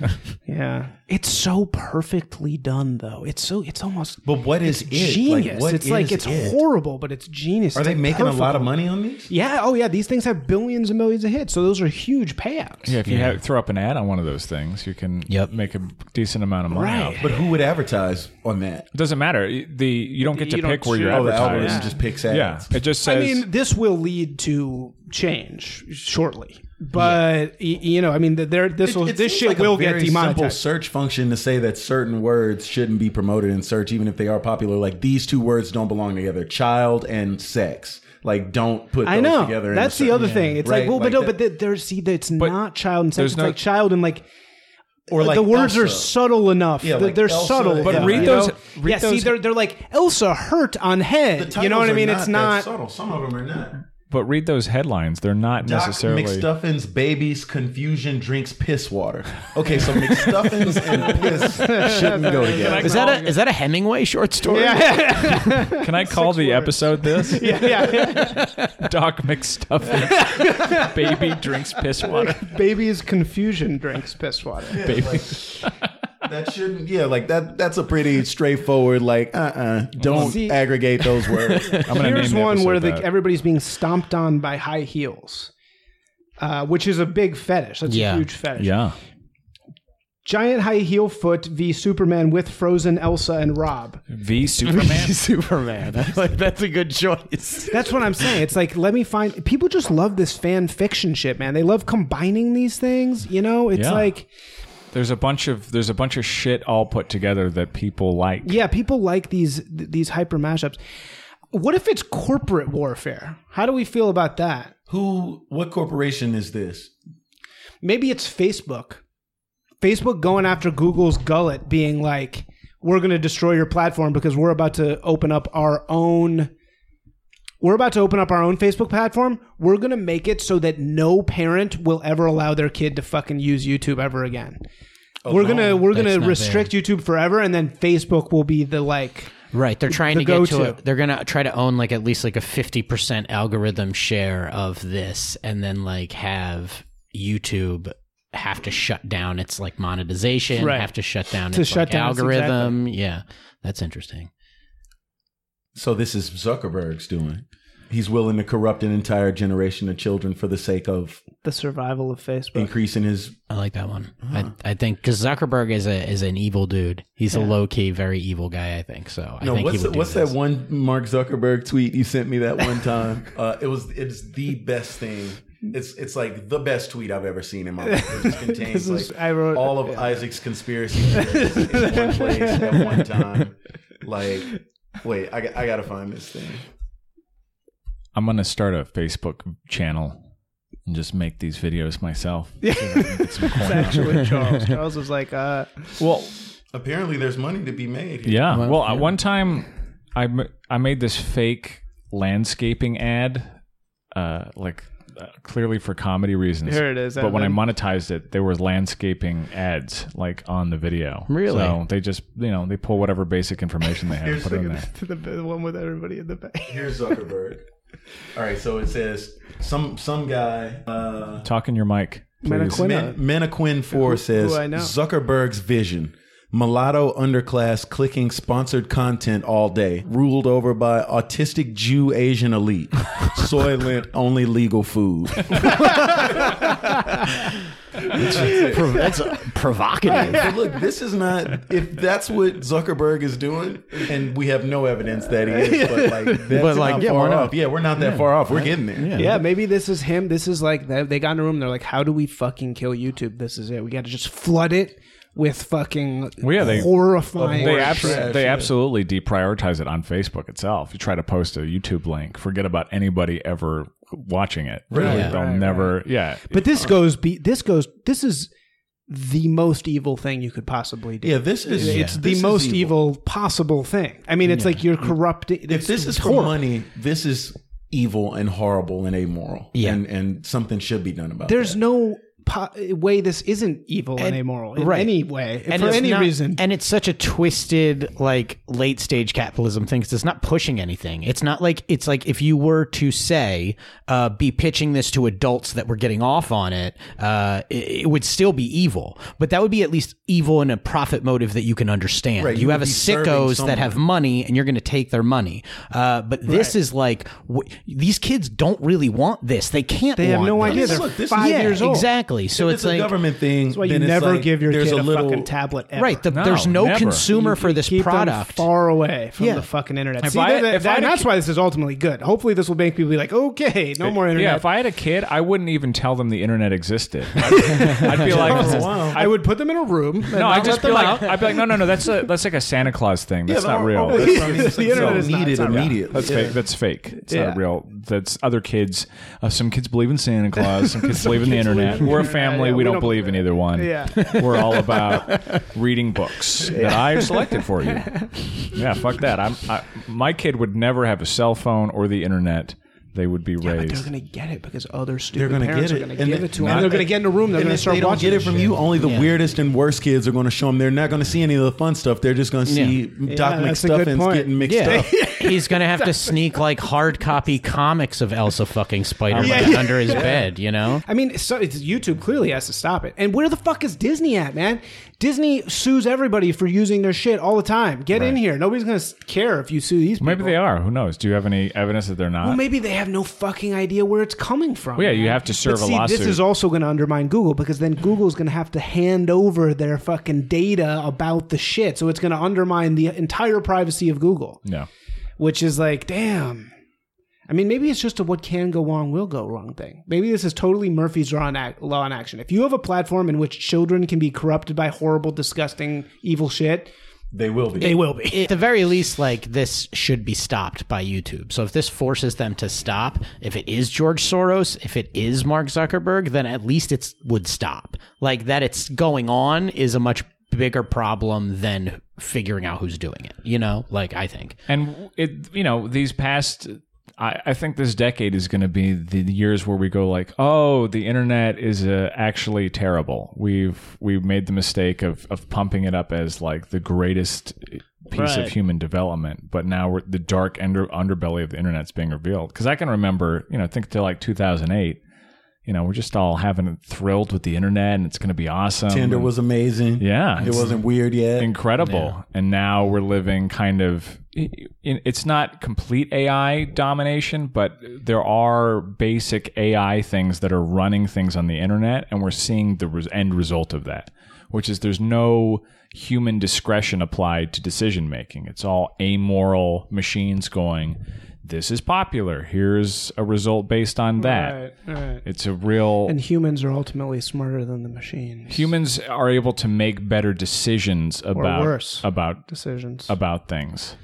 S4: Yeah. It's so perfectly done, though. It's so. It's almost.
S2: But what is it?
S4: Genius.
S2: what
S4: it's like
S2: is
S4: it's
S2: it?
S4: horrible, but it's genius.
S2: Are
S4: It's
S2: they making a lot of
S4: perfect.
S2: money on these?
S4: Yeah. Oh, yeah. These things have billions and millions of hits, so those are huge payouts.
S1: Yeah, if you have, throw up an ad on one of those things, you can
S5: Yep.
S1: make a decent amount of money.
S4: Right.
S1: Out.
S2: But who would advertise on that?
S1: It doesn't matter. The you don't get to
S4: You don't
S1: pick where
S4: choose.
S1: you're
S2: Oh, the
S1: advertising.
S2: algorithm just picks ads.
S1: Yeah, it just
S4: I
S1: says.
S4: mean, this will lead to change shortly, but y you know, I mean, th- there this will
S2: It
S4: this
S2: seems
S4: shit
S2: like a
S4: will
S2: very
S4: get
S2: Simple
S4: demonetized.
S2: search function to say that certain words shouldn't be promoted in search, even if they are popular. Like these two words don't belong together: child and sex. Like don't put. Those
S4: I know
S2: Together in
S4: that's
S2: a
S4: the
S2: search.
S4: other thing. It's
S2: Right,
S4: like, well,
S2: like
S4: but no,
S2: that-
S4: but th- there's see that it's not child and sex.
S1: there's
S4: It's
S1: no-
S4: like child and like. Or
S2: like
S4: the words are
S2: Elsa.
S4: subtle enough.
S2: Yeah,
S4: Yeah,
S2: like
S4: they're
S2: Elsa
S4: subtle.
S2: and- But
S4: though,
S1: read
S4: you
S1: those-
S4: know?
S1: read
S4: yeah, see,
S1: those-
S4: they're they're like Elsa hurt on head.
S2: The
S4: you know what I
S2: titles
S4: mean?
S2: are
S4: it's
S2: that
S4: not.
S2: subtle. Some of them are not.
S1: but read those headlines; they're not
S2: Doc
S1: necessarily.
S2: McStuffins babies confusion drinks piss water. Okay, so McStuffins and piss shouldn't go together.
S5: Is that a is that a Hemingway short story?
S1: Can I call the episode this?
S4: yeah, yeah.
S1: Doc McStuffins, baby drinks piss water.
S4: Baby's confusion drinks piss water.
S1: Baby.
S2: That shouldn't. Yeah, like that. That's a pretty straightforward. Like, uh, uh-uh, uh, do not
S4: See-
S2: aggregate those words.
S1: I'm gonna
S4: Here's
S1: name the
S4: one where
S1: episode
S4: the,
S1: that.
S4: everybody's being stomped on by high heels, uh, which is a big fetish. That's
S5: Yeah.
S4: a huge fetish.
S1: yeah.
S4: Giant high heel foot v Superman with Frozen Elsa and Rob.
S1: V Superman.
S5: Superman. I'm like that's a good choice.
S4: That's what I'm saying. It's like let me find. People just love this fan fiction shit, man. They love combining these things. You know, it's
S1: Yeah.
S4: like
S1: there's a bunch of there's a bunch of shit all put together that people like.
S4: yeah, people like these th- these hyper mashups. What if it's corporate warfare? How do we feel about that?
S2: Who? What corporation is this?
S4: maybe it's Facebook. Facebook going after Google's gullet, being like, we're going to destroy your platform because we're about to open up our own. We're about to open up our own Facebook platform. We're going to make it so that no parent will ever allow their kid to fucking use YouTube ever again. We're going to we're going
S5: That's
S4: to
S5: not
S4: restrict YouTube forever and then Facebook will be the like
S5: Right. They're trying
S4: The
S5: to get to
S4: go-to.
S5: it. They're gonna try to own like at least like a fifty percent algorithm share of this, and then like have YouTube have to shut down its like monetization,
S4: Right.
S5: have to shut down
S4: To
S5: its
S4: shut
S5: like,
S4: down its-
S5: algorithm. Yeah, that's interesting.
S2: So this is Zuckerberg's doing. He's willing to corrupt an entire generation of children for the sake of
S4: the survival of Facebook.
S2: increasing his.
S5: I like that one. I, I think because Zuckerberg is a is an evil dude. He's a low key, very evil guy. I think so. I
S2: No,
S5: think
S2: what's
S5: he would
S2: that-
S5: do
S2: what's
S5: this.
S2: that one Mark Zuckerberg tweet you sent me that one time? uh, it was it's the best thing. It's it's like the best tweet I've ever seen in my life. It just contains
S4: is-
S2: like
S4: I wrote-
S2: all of Isaac's conspiracy theories in one place at one time. Like, wait, I, got- I gotta find this thing.
S1: I'm gonna start a Facebook channel and just make these videos myself. Yeah.
S4: Actually, Charles. Charles was like, uh,
S1: Well,
S2: Apparently, there's money to be made. Here.
S1: Yeah. Well, at one time, I, m- I made this fake landscaping ad, uh, like uh, clearly for comedy reasons.
S4: Here it is,
S1: But when I
S4: Evan.
S1: monetized it, there was landscaping ads like on the video.
S5: Really?
S1: So they just you know they pull whatever basic information they have and
S4: Here's
S1: put it in there.
S4: the, the, the one with everybody in the back.
S2: Here's Zuckerberg. All right, so it says some some guy. Uh,
S1: Talking your mic. Please.
S4: Menaquin-
S2: Men, Menaquin Four says
S4: I know.
S2: Zuckerberg's vision: mulatto underclass clicking sponsored content all day, ruled over by autistic Jew Asian elite. Soylent only legal food.
S5: Pro- that's uh, provocative.
S2: But look, this is not. If that's what Zuckerberg is doing, and we have no evidence that he is, but like, that's
S5: But, like,
S2: not
S5: yeah,
S2: far
S5: why not?
S2: off. Yeah, we're not that far off. We're getting there.
S4: Yeah, maybe this is him. This is like they, they got in a room. They're like, "How do we fucking kill YouTube? This is it. We got to just flood it with fucking
S1: Well, yeah, they-
S4: horrifying."
S1: They, abs-
S4: shit.
S1: they absolutely deprioritize it on Facebook itself. You try to post a YouTube link, forget about anybody ever watching it. Really? They'll never, yeah.
S4: but this goes. Be, this goes. This is the most evil thing you could possibly do.
S2: Yeah, this is
S4: it's the
S2: this is
S4: most evil. possible thing. I mean, it's like you're corrupting.
S2: If this is for money, this is evil and horrible and amoral.
S5: Yeah.
S2: and, and something should be done about.
S4: there's
S2: that.
S4: no po- way this isn't evil and, amoral in
S5: right.
S4: any way
S5: And
S4: for
S5: it's
S4: any
S5: not-
S4: reason.
S5: And it's such a twisted, like late stage capitalism thing 'cause it's not pushing anything. It's not like it's like if you were to say, uh, be pitching this to adults that were getting off on it, uh, it, it would still be evil. But that would be at least evil in a profit motive that you can understand.
S2: Right,
S5: You,
S2: you
S5: have a
S2: would be serving
S5: sickos that
S2: someone.
S5: have money, and you're going to take their money. Uh, but this is like w- these kids don't really want this. They can't.
S4: they have
S5: want
S4: no
S5: this.
S4: idea. They're
S2: Look, this is-
S4: five
S5: Yeah,
S4: years old.
S5: exactly. So
S2: If
S5: it's, like
S2: a government thing.
S4: That's why you
S2: then it's
S4: never
S2: like
S4: give your
S2: there's
S4: kid a,
S2: a little
S4: fucking tablet. Ever.
S5: right. The,
S1: No,
S5: there's no
S1: never.
S5: consumer for this
S4: keep them
S5: product.
S4: far away from
S5: Yeah.
S4: the fucking internet.
S1: If
S4: See,
S1: I-
S4: that- that-
S1: if I had
S4: and
S1: a
S4: that's
S1: ki-
S4: why this is ultimately good. Hopefully, this will make people be like, okay, no more internet.
S1: Yeah, if I had a kid, I wouldn't even tell them the internet existed. I'd, I'd be like,
S4: I would put them in a room. and
S1: no,
S4: not
S1: I
S4: let
S1: just be
S4: them
S1: like,
S4: out.
S1: I'd be like, no, no, no, that's a, that's like a Santa Claus thing. That's
S2: Yeah,
S1: not
S2: no,
S1: real.
S2: oh,
S1: That's-
S2: that's what I mean. It's like,
S4: The internet
S2: so
S4: is not-
S2: needed
S4: it's not real.
S2: immediately.
S1: That's
S2: Yeah.
S1: fake. That's fake. It's
S4: Yeah.
S1: not real. That's other kids. Uh, some kids believe in Santa Claus. Some kids believe in the internet. We're a family.
S4: Yeah,
S1: we, don't, believe in either one.
S4: Yeah.
S1: We're all about reading books that I selected for you. Yeah, fuck that. I'm, I, my kid would never have a cell phone or the internet. They would be
S4: But they're
S1: raised.
S4: gonna get it because other
S2: They're
S4: stupid
S2: going to
S4: parents
S2: get
S4: are
S2: it.
S4: gonna give
S2: they-
S4: it to them. And they're gonna get in a room. They're
S2: and
S4: gonna
S2: if
S4: start
S2: they don't
S4: watching.
S2: get it
S4: this
S2: from
S4: shit.
S2: you. Only the weirdest and worst kids are going to show them. They're not going to see any of the fun stuff. They're just going to see Doc
S4: that's a good
S2: McStuffins
S4: point.
S2: getting mixed
S5: Yeah.
S2: up.
S5: He's gonna have to sneak like hard copy comics of Elsa fucking Spider Man under his bed, you know?
S4: I mean, so it's YouTube clearly has to stop it. And where the fuck is Disney at, man? Disney sues everybody for using their shit all the time. Get in here. Nobody's gonna s- care if you sue these people.
S1: Maybe they are. Who knows? Do you have any evidence that they're not?
S4: Well, maybe they have no fucking idea where it's coming from.
S1: Uh, Well, yeah, you have to serve
S4: But
S1: a
S4: see,
S1: lawsuit.
S4: This is also going to undermine Google because then Google's going to have to hand over their fucking data about the shit. So it's going to undermine the entire privacy of Google,
S1: no.
S4: which is like, damn. I mean, maybe it's just a what can go wrong will go wrong thing. Maybe this is totally Murphy's law in, ac- law in action. If you have a platform in which children can be corrupted by horrible, disgusting, evil shit,
S2: They will be.
S4: they will be.
S5: At the very least, like this should be stopped by YouTube. So if this forces them to stop, if it is George Soros, if it is Mark Zuckerberg, then at least it's would stop. Like that it's going on is a much bigger problem than figuring out who's doing it, you know? Like I think.
S1: And it, you know, these past, I, I think this decade is going to be the years where we go like, oh, the internet is uh, actually terrible. We've we've made the mistake of of pumping it up as like the greatest piece of human development, but now we're, the dark under, underbelly of the internet's being revealed. Because I can remember, you know, I think to like 2008. You know, we're just all having thrilled with the internet, and it's going to be awesome.
S2: Tinder was amazing.
S1: yeah,
S2: It wasn't weird yet.
S1: incredible and now we're living kind of in, it's not complete ai domination but there are basic ai things that are running things on the internet and we're seeing the res- end result of that which is there's no human discretion applied to decision making it's all amoral machines going this is popular here's a result based on that it's a real
S4: And humans are ultimately smarter than the machines.
S1: humans are able to make better decisions about
S4: worse.
S1: about
S4: Decisions.
S1: about things.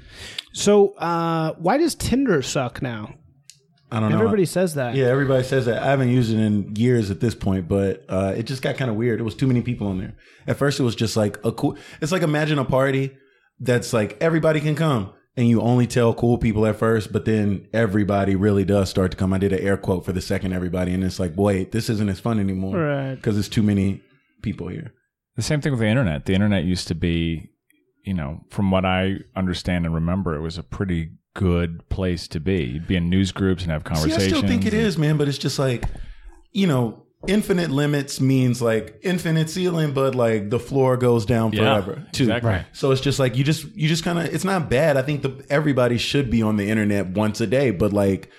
S4: So, uh, why does Tinder suck now?
S2: I don't know.
S4: Everybody says that.
S2: Yeah, everybody says that. I haven't used it in years at this point, but uh, it just got kind of weird. It was too many people in there. At first, it was just like a cool. It's like imagine a party that's like everybody can come. and you only tell cool people at first, but then everybody really does start to come. I did an air quote for the second everybody, and it's like, wait, this isn't as fun anymore
S4: Right.
S2: because there's too many people here.
S1: The same thing with the internet. The internet used to be, you know, from what I understand and remember, it was a pretty good place to be. You'd be in news groups and have
S2: See, I
S1: conversations.
S2: still think it is, man, but it's just like, you know, infinite limits means like infinite ceiling, but like the floor goes down
S1: Yeah,
S2: forever too.
S1: exactly. Right.
S2: So it's just like you just you just kind of it's not bad. I think the everybody should be on the internet once a day, but like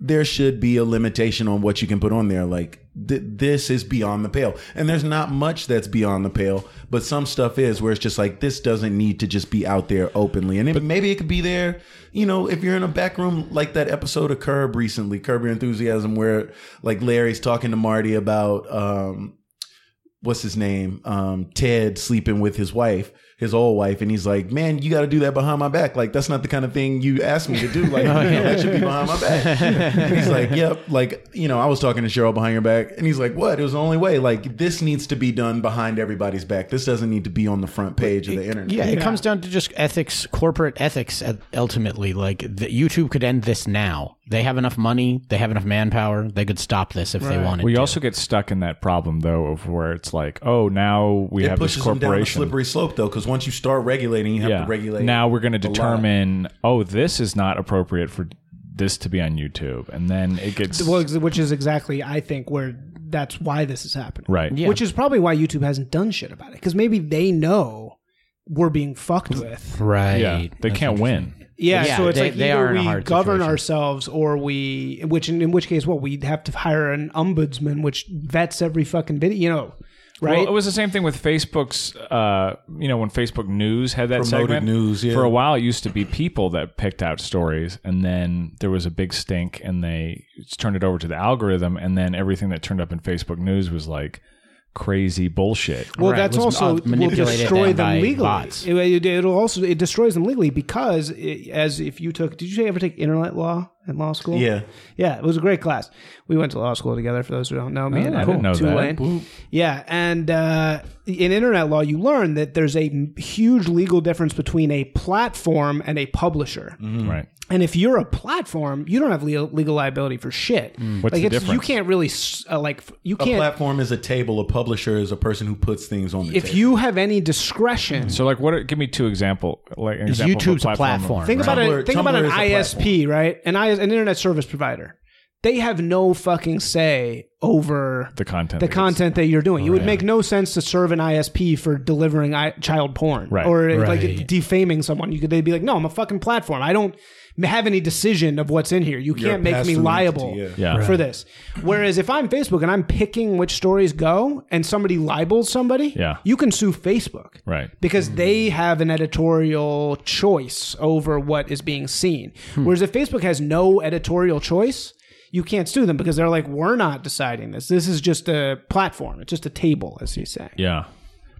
S2: there should be a limitation on what you can put on there. Like th- this is beyond the pale, and there's not much that's beyond the pale, but some stuff is where it's just like this doesn't need to just be out there openly. And it, maybe it could be there, you know, if you're in a back room like that episode of Curb recently, Curb Your Enthusiasm, where like Larry's talking to Marty about um, what's his name, um, Ted sleeping with his wife, his old wife, and he's like, "Man, you got to do that behind my back. Like that's not the kind of thing you asked me to do. Like that should be behind my back." and he's like, "Yep. Like you know, I was talking to Cheryl behind your back," and he's like, "What? It was the only way. Like this needs to be done behind everybody's back. This doesn't need to be on the front page of the internet."
S5: Yeah, it comes down to just ethics, corporate ethics. at- Ultimately, like the, YouTube could end this now. They have enough money. They have enough manpower. They could stop this if they wanted.
S1: Well, you
S5: to.
S1: also get stuck in that problem though of where it's like, oh, now we
S2: It
S1: have this
S2: pushes them down a
S1: corporation.
S2: slippery slope though, because once you start regulating, you have to regulate.
S1: Now we're going to
S2: a lot.
S1: determine, oh, this is not appropriate for this to be on YouTube, and then it gets
S4: Well, ex- which is exactly, I think, where that's why this is happening.
S1: right.
S4: Which is probably why YouTube hasn't done shit about it because maybe they know we're being fucked with.
S5: right.
S1: Yeah, they can't win.
S4: Yeah,
S5: Yeah,
S4: so it's
S5: they-
S4: like
S5: they
S4: either
S5: are in a
S4: we
S5: hard
S4: govern
S5: situation.
S4: ourselves or we, which in, in which case, what we'd have to hire an ombudsman, which vets every fucking video, you know, right?
S1: Well, it was the same thing with Facebook's. Uh, you know, when Facebook News had that
S2: Promoted
S1: segment,
S2: news, yeah.
S1: for a while, it used to be people that picked out stories, and then there was a big stink, and they turned it over to the algorithm, and then everything that turned up in Facebook News was like crazy bullshit.
S4: Well,
S5: Right,
S4: that's
S5: was
S4: also
S5: ma-
S4: will
S5: manipulated
S4: destroy
S5: then
S4: them
S5: by
S4: legally.
S5: bots.
S4: It, it, will also it destroys them legally because it, as if you took did you ever take internet law at law school?
S2: Yeah.
S4: yeah, it was a great class. We went to law school together. For those who don't know, me and
S1: I didn't Oh, know that.
S4: Tulane. Yeah, and uh, in internet law, you learn that there's a m- huge legal difference between a platform and a publisher.
S1: Right.
S4: And if you're a platform, you don't have legal, legal liability for shit.
S1: Mm. What's
S4: like
S1: the
S4: it's, you
S1: difference?
S4: can't really s- uh, like f- you
S2: a
S4: can't.
S2: platform is a table. A publisher is a person who puts things on the
S4: if
S2: table.
S4: you have any discretion,
S1: So, like, what? Are, give me two example. Like, an example of
S5: YouTube's a
S1: platform.
S5: platform.
S4: Think
S5: right?
S4: about
S2: Tumblr-
S4: it. Think about
S2: Tumblr
S4: an
S2: is a
S4: ISP, right? An I, an internet service provider. They have no fucking say over
S1: the content. that
S4: the
S1: gets-
S4: content that you're doing. It would make no sense to serve an ISP for delivering I, child porn
S1: Right.
S4: or like
S5: Right.
S4: defaming someone. You could they'd be like, "No, I'm a fucking platform. I don't have any decision of what's in here. You
S2: You're a
S4: can't make me
S2: pass-through
S4: liable."
S2: entity,
S1: Yeah.
S4: For this, whereas if I'm Facebook and I'm picking which stories go, and somebody libels somebody,
S1: Yeah.
S4: you can sue Facebook,
S1: Right.
S4: because
S2: Hmm.
S4: they have an editorial choice over what is being seen.
S2: Hmm.
S4: Whereas if Facebook has no editorial choice, you can't sue them because they're like, we're not deciding this. This is just a platform. It's just a table, as you say.
S1: Yeah.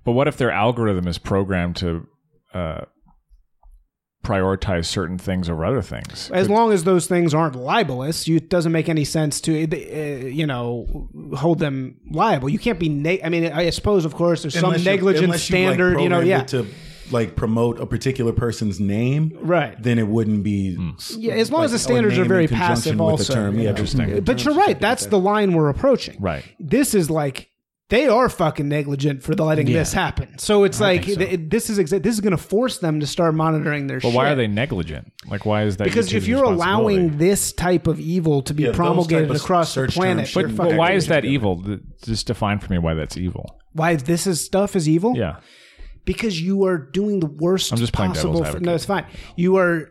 S1: But what if their algorithm is programmed to uh, prioritize certain things over other things?
S4: As long as those things aren't libelous, you, it doesn't make any sense to, uh, you know, hold them liable. You can't be. Na- I mean, I suppose, of course, there's some
S2: Unless you-
S4: negligent
S2: unless you, like,
S4: standard. you know,
S2: programmed
S4: yeah.
S2: it To like promote a particular person's name,
S4: Right.
S2: Then it wouldn't be.
S4: Yeah, as long as Hmm. the standards are very passive also, you know.
S2: interesting.
S4: But you're right. That's the line we're approaching.
S1: Right.
S4: This is like they are fucking negligent for the letting this happen. So it's like th- this is exa- this is going to force them to start monitoring their.
S1: But
S4: shit.
S1: why are they negligent? Like, why is that?
S4: Because if
S1: YouTube's
S4: you're allowing
S1: responsibility?
S4: this type of evil to be
S2: Yeah, those
S4: promulgated
S2: type of
S4: across the
S2: search
S4: planet,
S2: terms
S4: you're
S2: shouldn't
S4: fucking-
S1: But why is that
S2: Negligent.
S1: evil? Th- Just define for me why that's evil.
S4: why this is stuff is evil?
S1: Yeah.
S4: because you are doing the worst
S1: I'm just playing
S4: possible.
S1: devil's
S4: no,
S1: advocate.
S4: it's fine. You are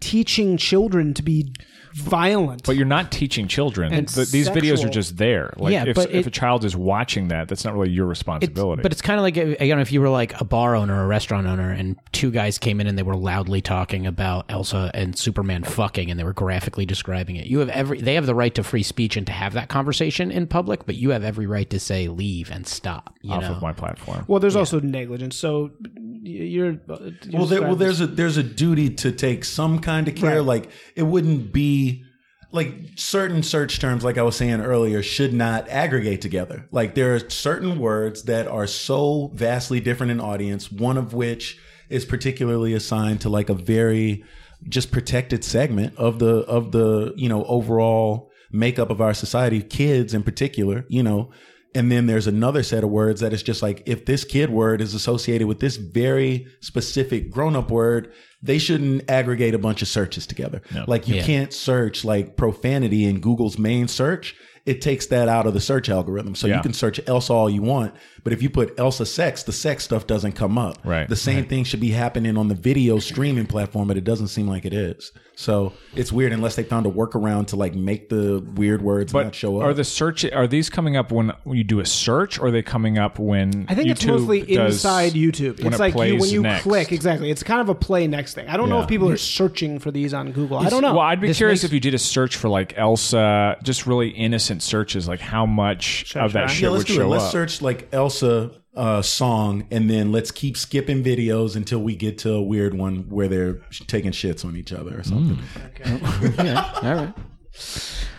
S4: teaching children to be violent.
S1: But you're not teaching children.
S4: And
S1: Th- these videos are
S4: sexual.
S1: just there. Like,
S5: Yeah,
S1: if,
S5: but
S1: if
S5: it-
S1: a child is watching that, that's not really your responsibility.
S5: But it's kind of like uh, again, if you were like a bar owner, or a restaurant owner, and two guys came in and they were loudly talking about Elsa and Superman fucking, and they were graphically describing it. You have every they have the right to free speech and to have that conversation in public, but you have every right to say leave and stop. You
S1: off
S5: know,
S1: of my platform.
S4: well, there's also negligence. So y- you're, uh, you're
S2: well, there, well,
S4: describing-
S2: there's a there's a duty to take some kind of care. Like it wouldn't be like certain search terms, like I was saying earlier, should not aggregate together. Like there are certain words that are so vastly different in audience. One of which is particularly assigned to like a very just protected segment of the of the you know overall makeup of our society, kids in particular, you know. And then there's another set of words that is just like if this kid word is associated with this very specific grown up word, they shouldn't aggregate a bunch of searches together. Like you can't search like profanity in Google's main search. It takes that out of the search algorithm. So
S1: Yeah.
S2: you can search Elsa all you want, but if you put Elsa sex, the sex stuff doesn't come up.
S1: Right.
S2: The same thing should be happening on the video streaming platform, but it doesn't seem like it is. So it's weird unless they found a workaround to like make the weird words not show up.
S1: Are the search are these coming up when you do a search or are they coming up when
S4: I think it's
S1: YouTube
S4: mostly
S1: does-
S4: inside YouTube.
S1: when
S4: It's
S1: it
S4: like you,
S1: plays
S4: when you
S1: next?
S4: click, exactly. It's kind of a play next thing. I don't know
S1: Yeah.
S4: if people are searching for these on Google. I don't know.
S1: Well, I'd be
S5: This
S1: curious
S5: makes-
S1: if you did a search for like Elsa, just really innocent searches, like how much of that
S4: right?
S1: shit
S2: yeah, let's
S1: would
S2: do it.
S1: show
S2: Let's
S1: up.
S2: search like Elsa uh, song, and then let's keep skipping videos until we get to a weird one where they're sh- taking shits on each other or
S1: Mm.
S2: something.
S5: All right.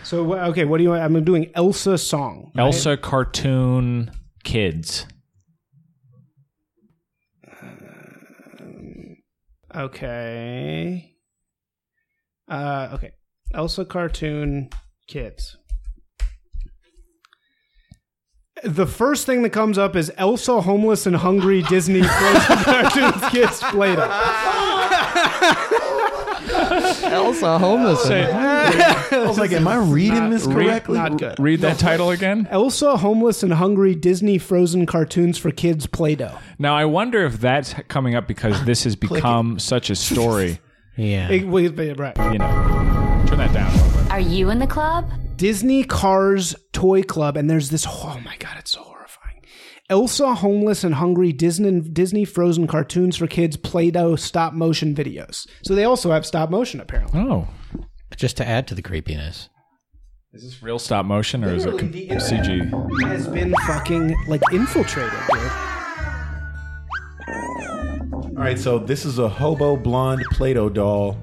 S4: so wh- okay, what do you? want? I'm doing Elsa song.
S1: Elsa cartoon kids.
S4: Okay. Uh, okay. Elsa cartoon kids. The first thing that comes up is Elsa homeless and hungry Disney frozen cartoons kids played up.
S5: Elsa homeless.
S2: I was like, "Am I reading this correctly?"
S4: Not good.
S1: Read that title again.
S4: Elsa homeless and hungry Disney frozen cartoons for kids Play-Doh.
S1: Now I wonder if that's coming up because this has become such a story.
S5: yeah.
S4: It- wait, wait, right.
S1: You know, turn that down. A little bit.
S8: Are you in the club?
S4: Disney Cars Toy Club, and there's this. Oh my god, it's so horrifying. Elsa, homeless and hungry Disney Disney frozen cartoons for kids, Play-Doh stop motion videos. So they also have stop motion apparently.
S1: Oh,
S5: Just to add to the creepiness.
S1: is this real stop motion or is it com-
S4: Literally the-
S1: CG?
S4: It has been fucking like infiltrated, dude.
S2: All right, so this is a hobo blonde Play-Doh doll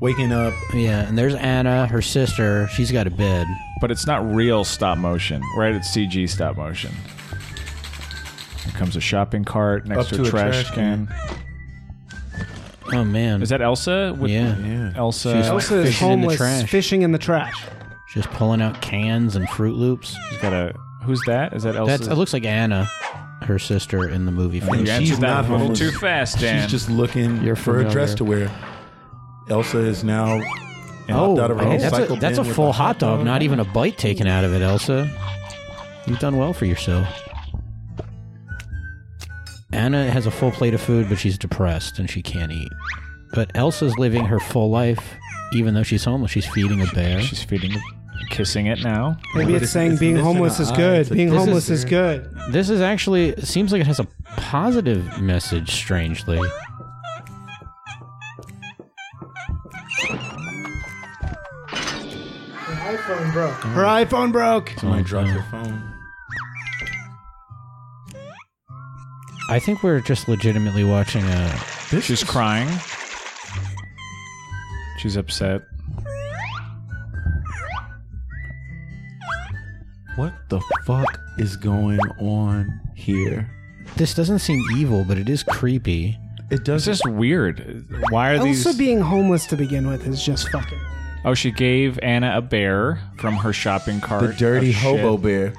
S2: waking up.
S5: Yeah, and there's Anna, her sister. She's got a bed.
S1: But it's not real stop motion, right? It's CG stop motion. Here comes a shopping cart next
S2: Up
S1: to,
S2: to
S1: a,
S2: a
S1: trash,
S2: trash
S1: can.
S5: Oh man.
S1: Is that Elsa? With
S5: yeah.
S1: Elsa.
S5: She's
S4: Elsa is
S5: Fishing in the
S4: homeless,
S5: trash.
S4: fishing in the trash.
S5: Just pulling out cans and Fruit Loops.
S1: She's got a. Who's that? Is that Elsa?
S5: That's it looks like Anna, her sister in the movie.
S1: You
S5: First.
S1: answered
S2: She's
S1: that
S2: not
S1: a little
S2: homeless.
S1: too fast, Dan.
S2: She's just looking
S5: You're
S2: for a dress
S5: familiar.
S2: to wear. Elsa is now
S5: Oh,
S2: out of her
S5: okay,
S2: own
S5: that's a
S2: cycle
S5: that's a
S2: bin with
S5: full
S2: a
S5: hot
S2: hot
S5: dog,
S2: dog.
S5: not even a bite taken out of it, Elsa. You've done well for yourself. Anna has a full plate of food, but she's depressed and she can't eat. But Elsa's living her full life, even though she's homeless. She's feeding a bear.
S1: She's feeding, it, kissing it now.
S4: Maybe it's,
S2: it's-
S4: saying
S2: it's
S4: being
S2: missing
S4: homeless
S2: an
S4: is
S2: eye.
S4: good.
S2: It's a-
S4: Being
S2: this is
S4: homeless is,
S2: weird.
S4: good.
S5: This is actually it seems like it has a positive message. Strangely,
S7: iPhone broke.
S4: Her iPhone broke.
S2: Somebody dropped her phone.
S5: I think we're just legitimately watching a
S1: She's crying. She's upset.
S2: What the fuck is going on here?
S5: This doesn't seem evil, but it is creepy.
S2: It
S1: It's
S2: doesn't.
S1: just weird. Why are
S4: Elsa
S1: these?
S4: being homeless to begin with is just fucking.
S1: oh, she gave Anna a bear from her shopping cart.
S2: The dirty
S1: of shit,
S2: hobo bear.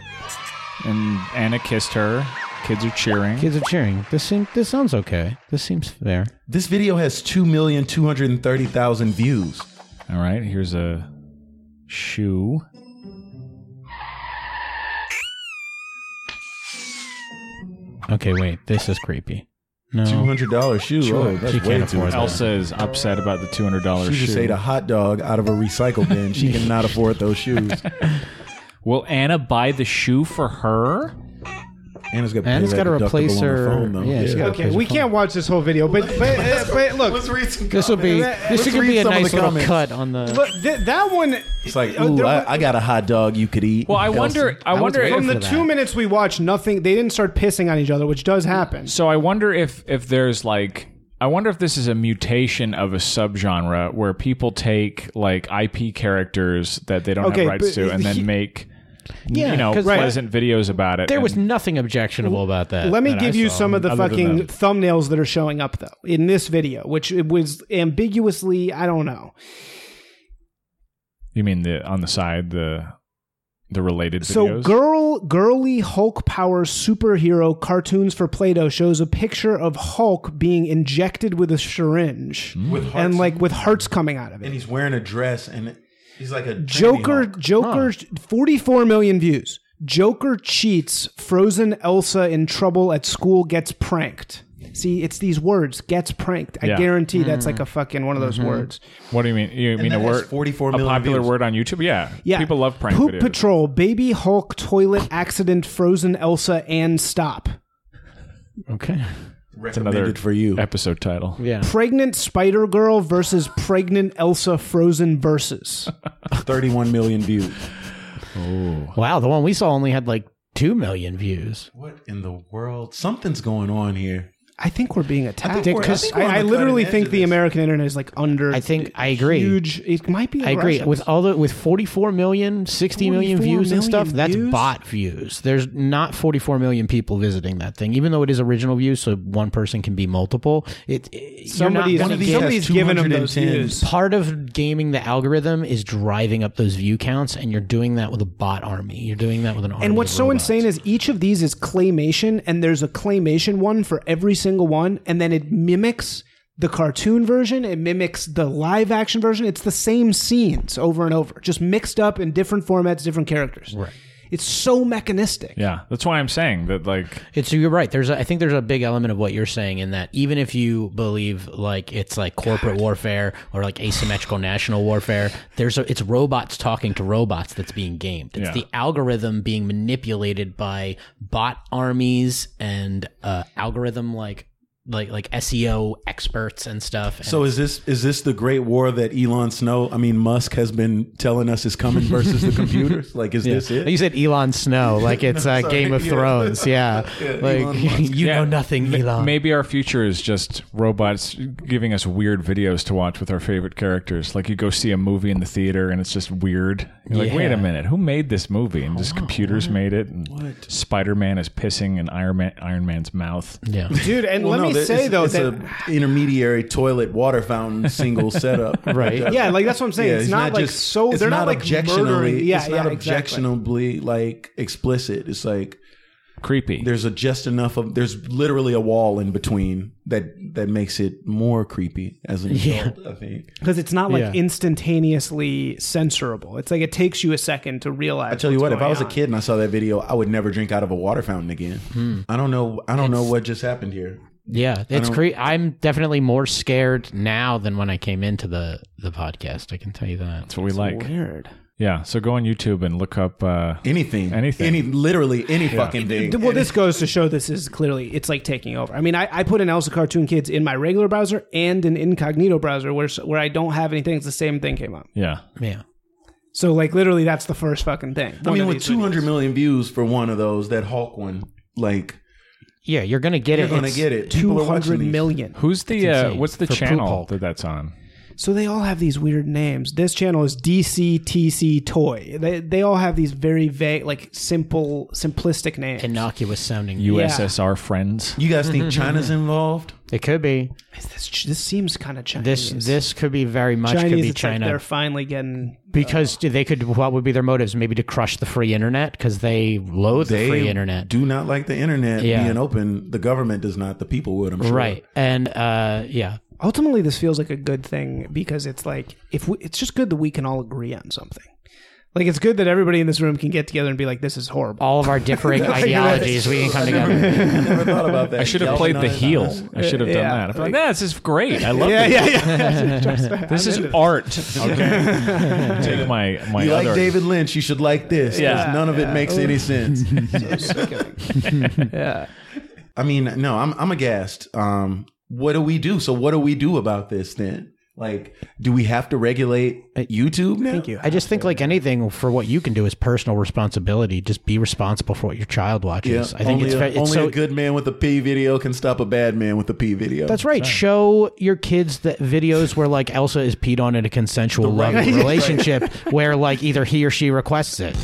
S1: And Anna kissed her. Kids are cheering.
S5: Kids are cheering. This seems. This sounds okay. This seems fair.
S2: This video has 2,230,000 views.
S1: All right, here's a shoe.
S5: Okay, wait. This is creepy. No.
S2: $200 shoe. Oh, that's
S5: She
S2: way
S5: can't
S2: too
S5: afford
S2: much.
S5: that.
S1: Elsa is upset about the two hundred dollars
S2: She
S1: shoe.
S2: just ate a hot dog out of a recycle bin. She cannot afford those shoes.
S1: Will Anna buy the shoe for her?
S2: Anna's got
S5: Anna's
S2: got to
S5: replace her. yeah, she's got to
S4: Okay, we can't watch this whole video, but but, uh, but look,
S2: read some
S5: This will be. This
S2: Let's
S5: could be
S2: read
S5: a
S2: some of
S5: nice
S2: the
S5: little
S2: comments.
S5: cut on the.
S4: Look, th- that one. uh,
S2: It's like, ooh, I, I got a hot dog you could eat.
S1: Well, I
S2: Elsa.
S1: wonder. I,
S5: was
S1: wonder
S5: waiting
S1: if
S4: from the
S5: for that.
S4: two minutes we watched, nothing. They didn't start pissing on each other, which does happen.
S1: So I wonder if if there's like I wonder if this is a mutation of a subgenre where people take like IP characters that they don't
S4: Okay,
S1: have rights
S4: but
S1: to and then
S4: he-
S1: make you know,
S5: 'cause
S1: pleasant videos about it.
S5: There
S1: and
S5: was nothing objectionable about that.
S4: Let me
S5: that I
S4: give you
S5: saw.
S4: some of the
S1: other than
S4: fucking
S1: that.
S4: thumbnails that are showing up though in this video, which it was ambiguously, I don't know.
S1: you mean the on the side the the related
S4: So
S1: videos.
S4: girl girly Hulk power superhero cartoons for Play-Doh shows a picture of Hulk being injected with a syringe
S2: with Mm. hearts,
S4: and like with hearts coming out of
S2: and
S4: it.
S2: he's wearing a dress and he's like a tiny
S4: Joker
S2: Hulk.
S4: Joker 44 million views. Joker cheats, frozen Elsa in trouble at school gets pranked. See, it's these words, gets pranked. I
S1: Yeah.
S4: guarantee that's
S5: Hmm.
S4: like a fucking one of
S2: Mm-hmm.
S4: those words.
S1: what do you mean? You mean
S2: that
S1: a
S2: has
S1: word?
S2: 44
S1: a
S2: million
S1: popular
S2: views.
S1: word on YouTube? Yeah,
S4: Yeah.
S1: People love prank
S4: Poop
S1: videos.
S4: Patrol, Baby Hulk, Toilet Accident, Frozen Elsa, and Stop.
S5: Okay.
S2: recommended
S1: Another
S2: for you.
S1: episode title.
S5: Yeah.
S4: Pregnant Spider Girl versus Pregnant Elsa Frozen versus.
S2: 31 million views.
S5: Wow, the one we saw only had like two million views.
S2: What in the world? Something's going on here.
S4: I think we're being attacked.
S2: we're- I
S4: because
S2: think
S4: I,
S2: we're on
S4: I
S2: the
S4: literally
S2: cutting edge
S4: think
S2: of
S4: the
S2: this.
S4: American internet is like under.
S5: I think I agree.
S4: Huge. It might be.
S5: I agree.
S4: Russians.
S5: With all the with 44 million, 60 million
S4: 44
S5: views and stuff,
S4: million
S5: that's
S4: views?
S5: bot views. There's not 44 million people visiting that thing, even though it is original views. So one person can be multiple. It, it
S4: somebody's
S5: you're not
S2: one of
S5: gonna
S2: these
S5: get-
S2: has
S4: somebody's giving them those
S2: 210.
S4: views.
S5: part of gaming the algorithm is driving up those view counts, and you're doing that with a bot army. You're doing that with an army.
S4: And what's
S5: of
S4: so
S5: robots.
S4: insane is each of these is claymation, and there's a claymation one for every single one, and then it mimics the cartoon version, it mimics the live action version. It's the same scenes over and over, just mixed up in different formats, different characters. Right. It's so mechanistic.
S1: Yeah, that's why I'm saying that. Like,
S5: It's you're right. There's a, I think there's a big element of what you're saying in that even if you believe like it's like corporate warfare or like asymmetrical national warfare, there's a, it's robots talking to robots that's being gamed. It's
S1: Yeah.
S5: the algorithm being manipulated by bot armies and uh, algorithm like like like SEO experts and stuff. And
S2: So is this is this the great war that Elon Snow, I mean Musk has been telling us is coming versus the computers? Like is this it?
S5: you said Elon Snow, like it's uh, Game of Thrones, yeah. like you know nothing, Elon.
S1: maybe our future is just robots giving us weird videos to watch with our favorite characters. Like, you go see a movie in the theater, and it's just weird. You're like, wait a
S5: Yeah.
S1: minute, who made this movie? And just computers made it. And Spider Man is pissing in Iron Man, Iron Man's mouth.
S5: yeah.
S4: Dude, and
S2: Well,
S4: let
S2: no,
S4: me
S2: that-
S4: say
S2: it's,
S4: though
S2: it's
S4: that
S2: a intermediary toilet water fountain single setup.
S5: Right.
S4: yeah, like that's what I'm saying.
S2: Yeah,
S4: it's, not, like so. They're not, like murdering. Yeah,
S2: it's not
S4: yeah, exactly.
S2: objectionably like explicit. It's like
S1: Creepy.
S2: there's a just enough of there's literally a wall in between that that makes it more creepy as an adult. I think
S4: Because it's not like
S5: Yeah.
S4: instantaneously censorable. It's like it takes you a second to realize.
S2: I tell you what, if I was
S4: a
S2: a kid and I saw that video, I would never drink out of a water fountain again.
S1: Hmm.
S2: I don't know. I don't know what just happened here.
S5: Yeah, it's cre- I'm definitely more scared now than when I came into the the podcast. I can tell you that.
S1: that's what we like.
S4: Weird.
S1: Yeah. So go on YouTube and look up. Uh,
S2: Anything,
S1: Anything.
S2: any, literally any fucking thing.
S4: Well, this goes to show this is clearly it's like taking over. I mean, I, I put an Elsa Cartoon Kids in my regular browser and an incognito browser where s- where I don't have anything. It's the same thing came up.
S1: yeah.
S5: Yeah,
S4: So like literally, that's the first fucking thing.
S2: I
S4: One
S2: mean,
S4: of
S2: with
S4: these
S2: 200 million views for one of those, that Hulk one, like
S5: yeah, you're gonna get
S2: you're
S5: it.
S2: gonna
S5: It's-
S2: get it. People
S4: two
S2: are watching
S4: hundred
S2: these.
S4: million.
S1: Who's the uh,
S5: insane.
S1: what's the
S5: For poop
S1: channel
S5: Hulk.
S1: that that's on?
S4: So they all have these weird names. This channel is DCTC Toy. They they all have these very vague, like simple, simplistic names.
S5: innocuous sounding.
S1: USSR friends.
S2: You guys
S5: Mm-hmm,
S2: think China's involved?
S5: it could be
S4: Is this this seems kind of Chinese.
S5: this. This could be very much
S4: Chinese.
S5: could be
S4: it's Like
S5: China
S2: uh,
S4: they're finally getting.
S5: because they could. What would be their motives? Maybe to crush the free internet because they loathe
S2: They
S5: the free internet.
S2: do not like the internet
S5: Yeah.
S2: being open. The government does not. The people would. I'm sure.
S5: Right and uh, yeah,
S4: ultimately this feels like a good thing because it's like if we, it's just good that we can all agree on something like it's good that everybody in this room can get together and be like this is horrible
S5: all of our differing ideologies, we can come together.
S2: I never thought about that.
S1: I should have played the heel. I should have done
S4: Yeah.
S1: that. I'm like, nah, this is great. I love
S4: yeah
S1: this.
S4: yeah yeah
S1: This is art. Okay. Take my my
S2: You
S1: other
S2: like David Lynch, you should like this. 'cause
S1: Yeah.
S2: none of it makes any sense.
S4: yeah
S2: I mean, no, I'm I'm aghast. Um, what do we do? So what do we do about this then? Like, do we have to regulate YouTube now? Thank you.
S5: I just think, like anything, for what you can do is personal responsibility. Just be responsible for what your child watches. I think
S2: only
S5: it's,
S2: a,
S5: fa- it's
S2: only
S5: so
S2: a good man with a P video can stop a bad man with a P video.
S5: That's right. Show your kids the videos where like Elsa is peed on in a consensual loving relationship where like either he or she requests it.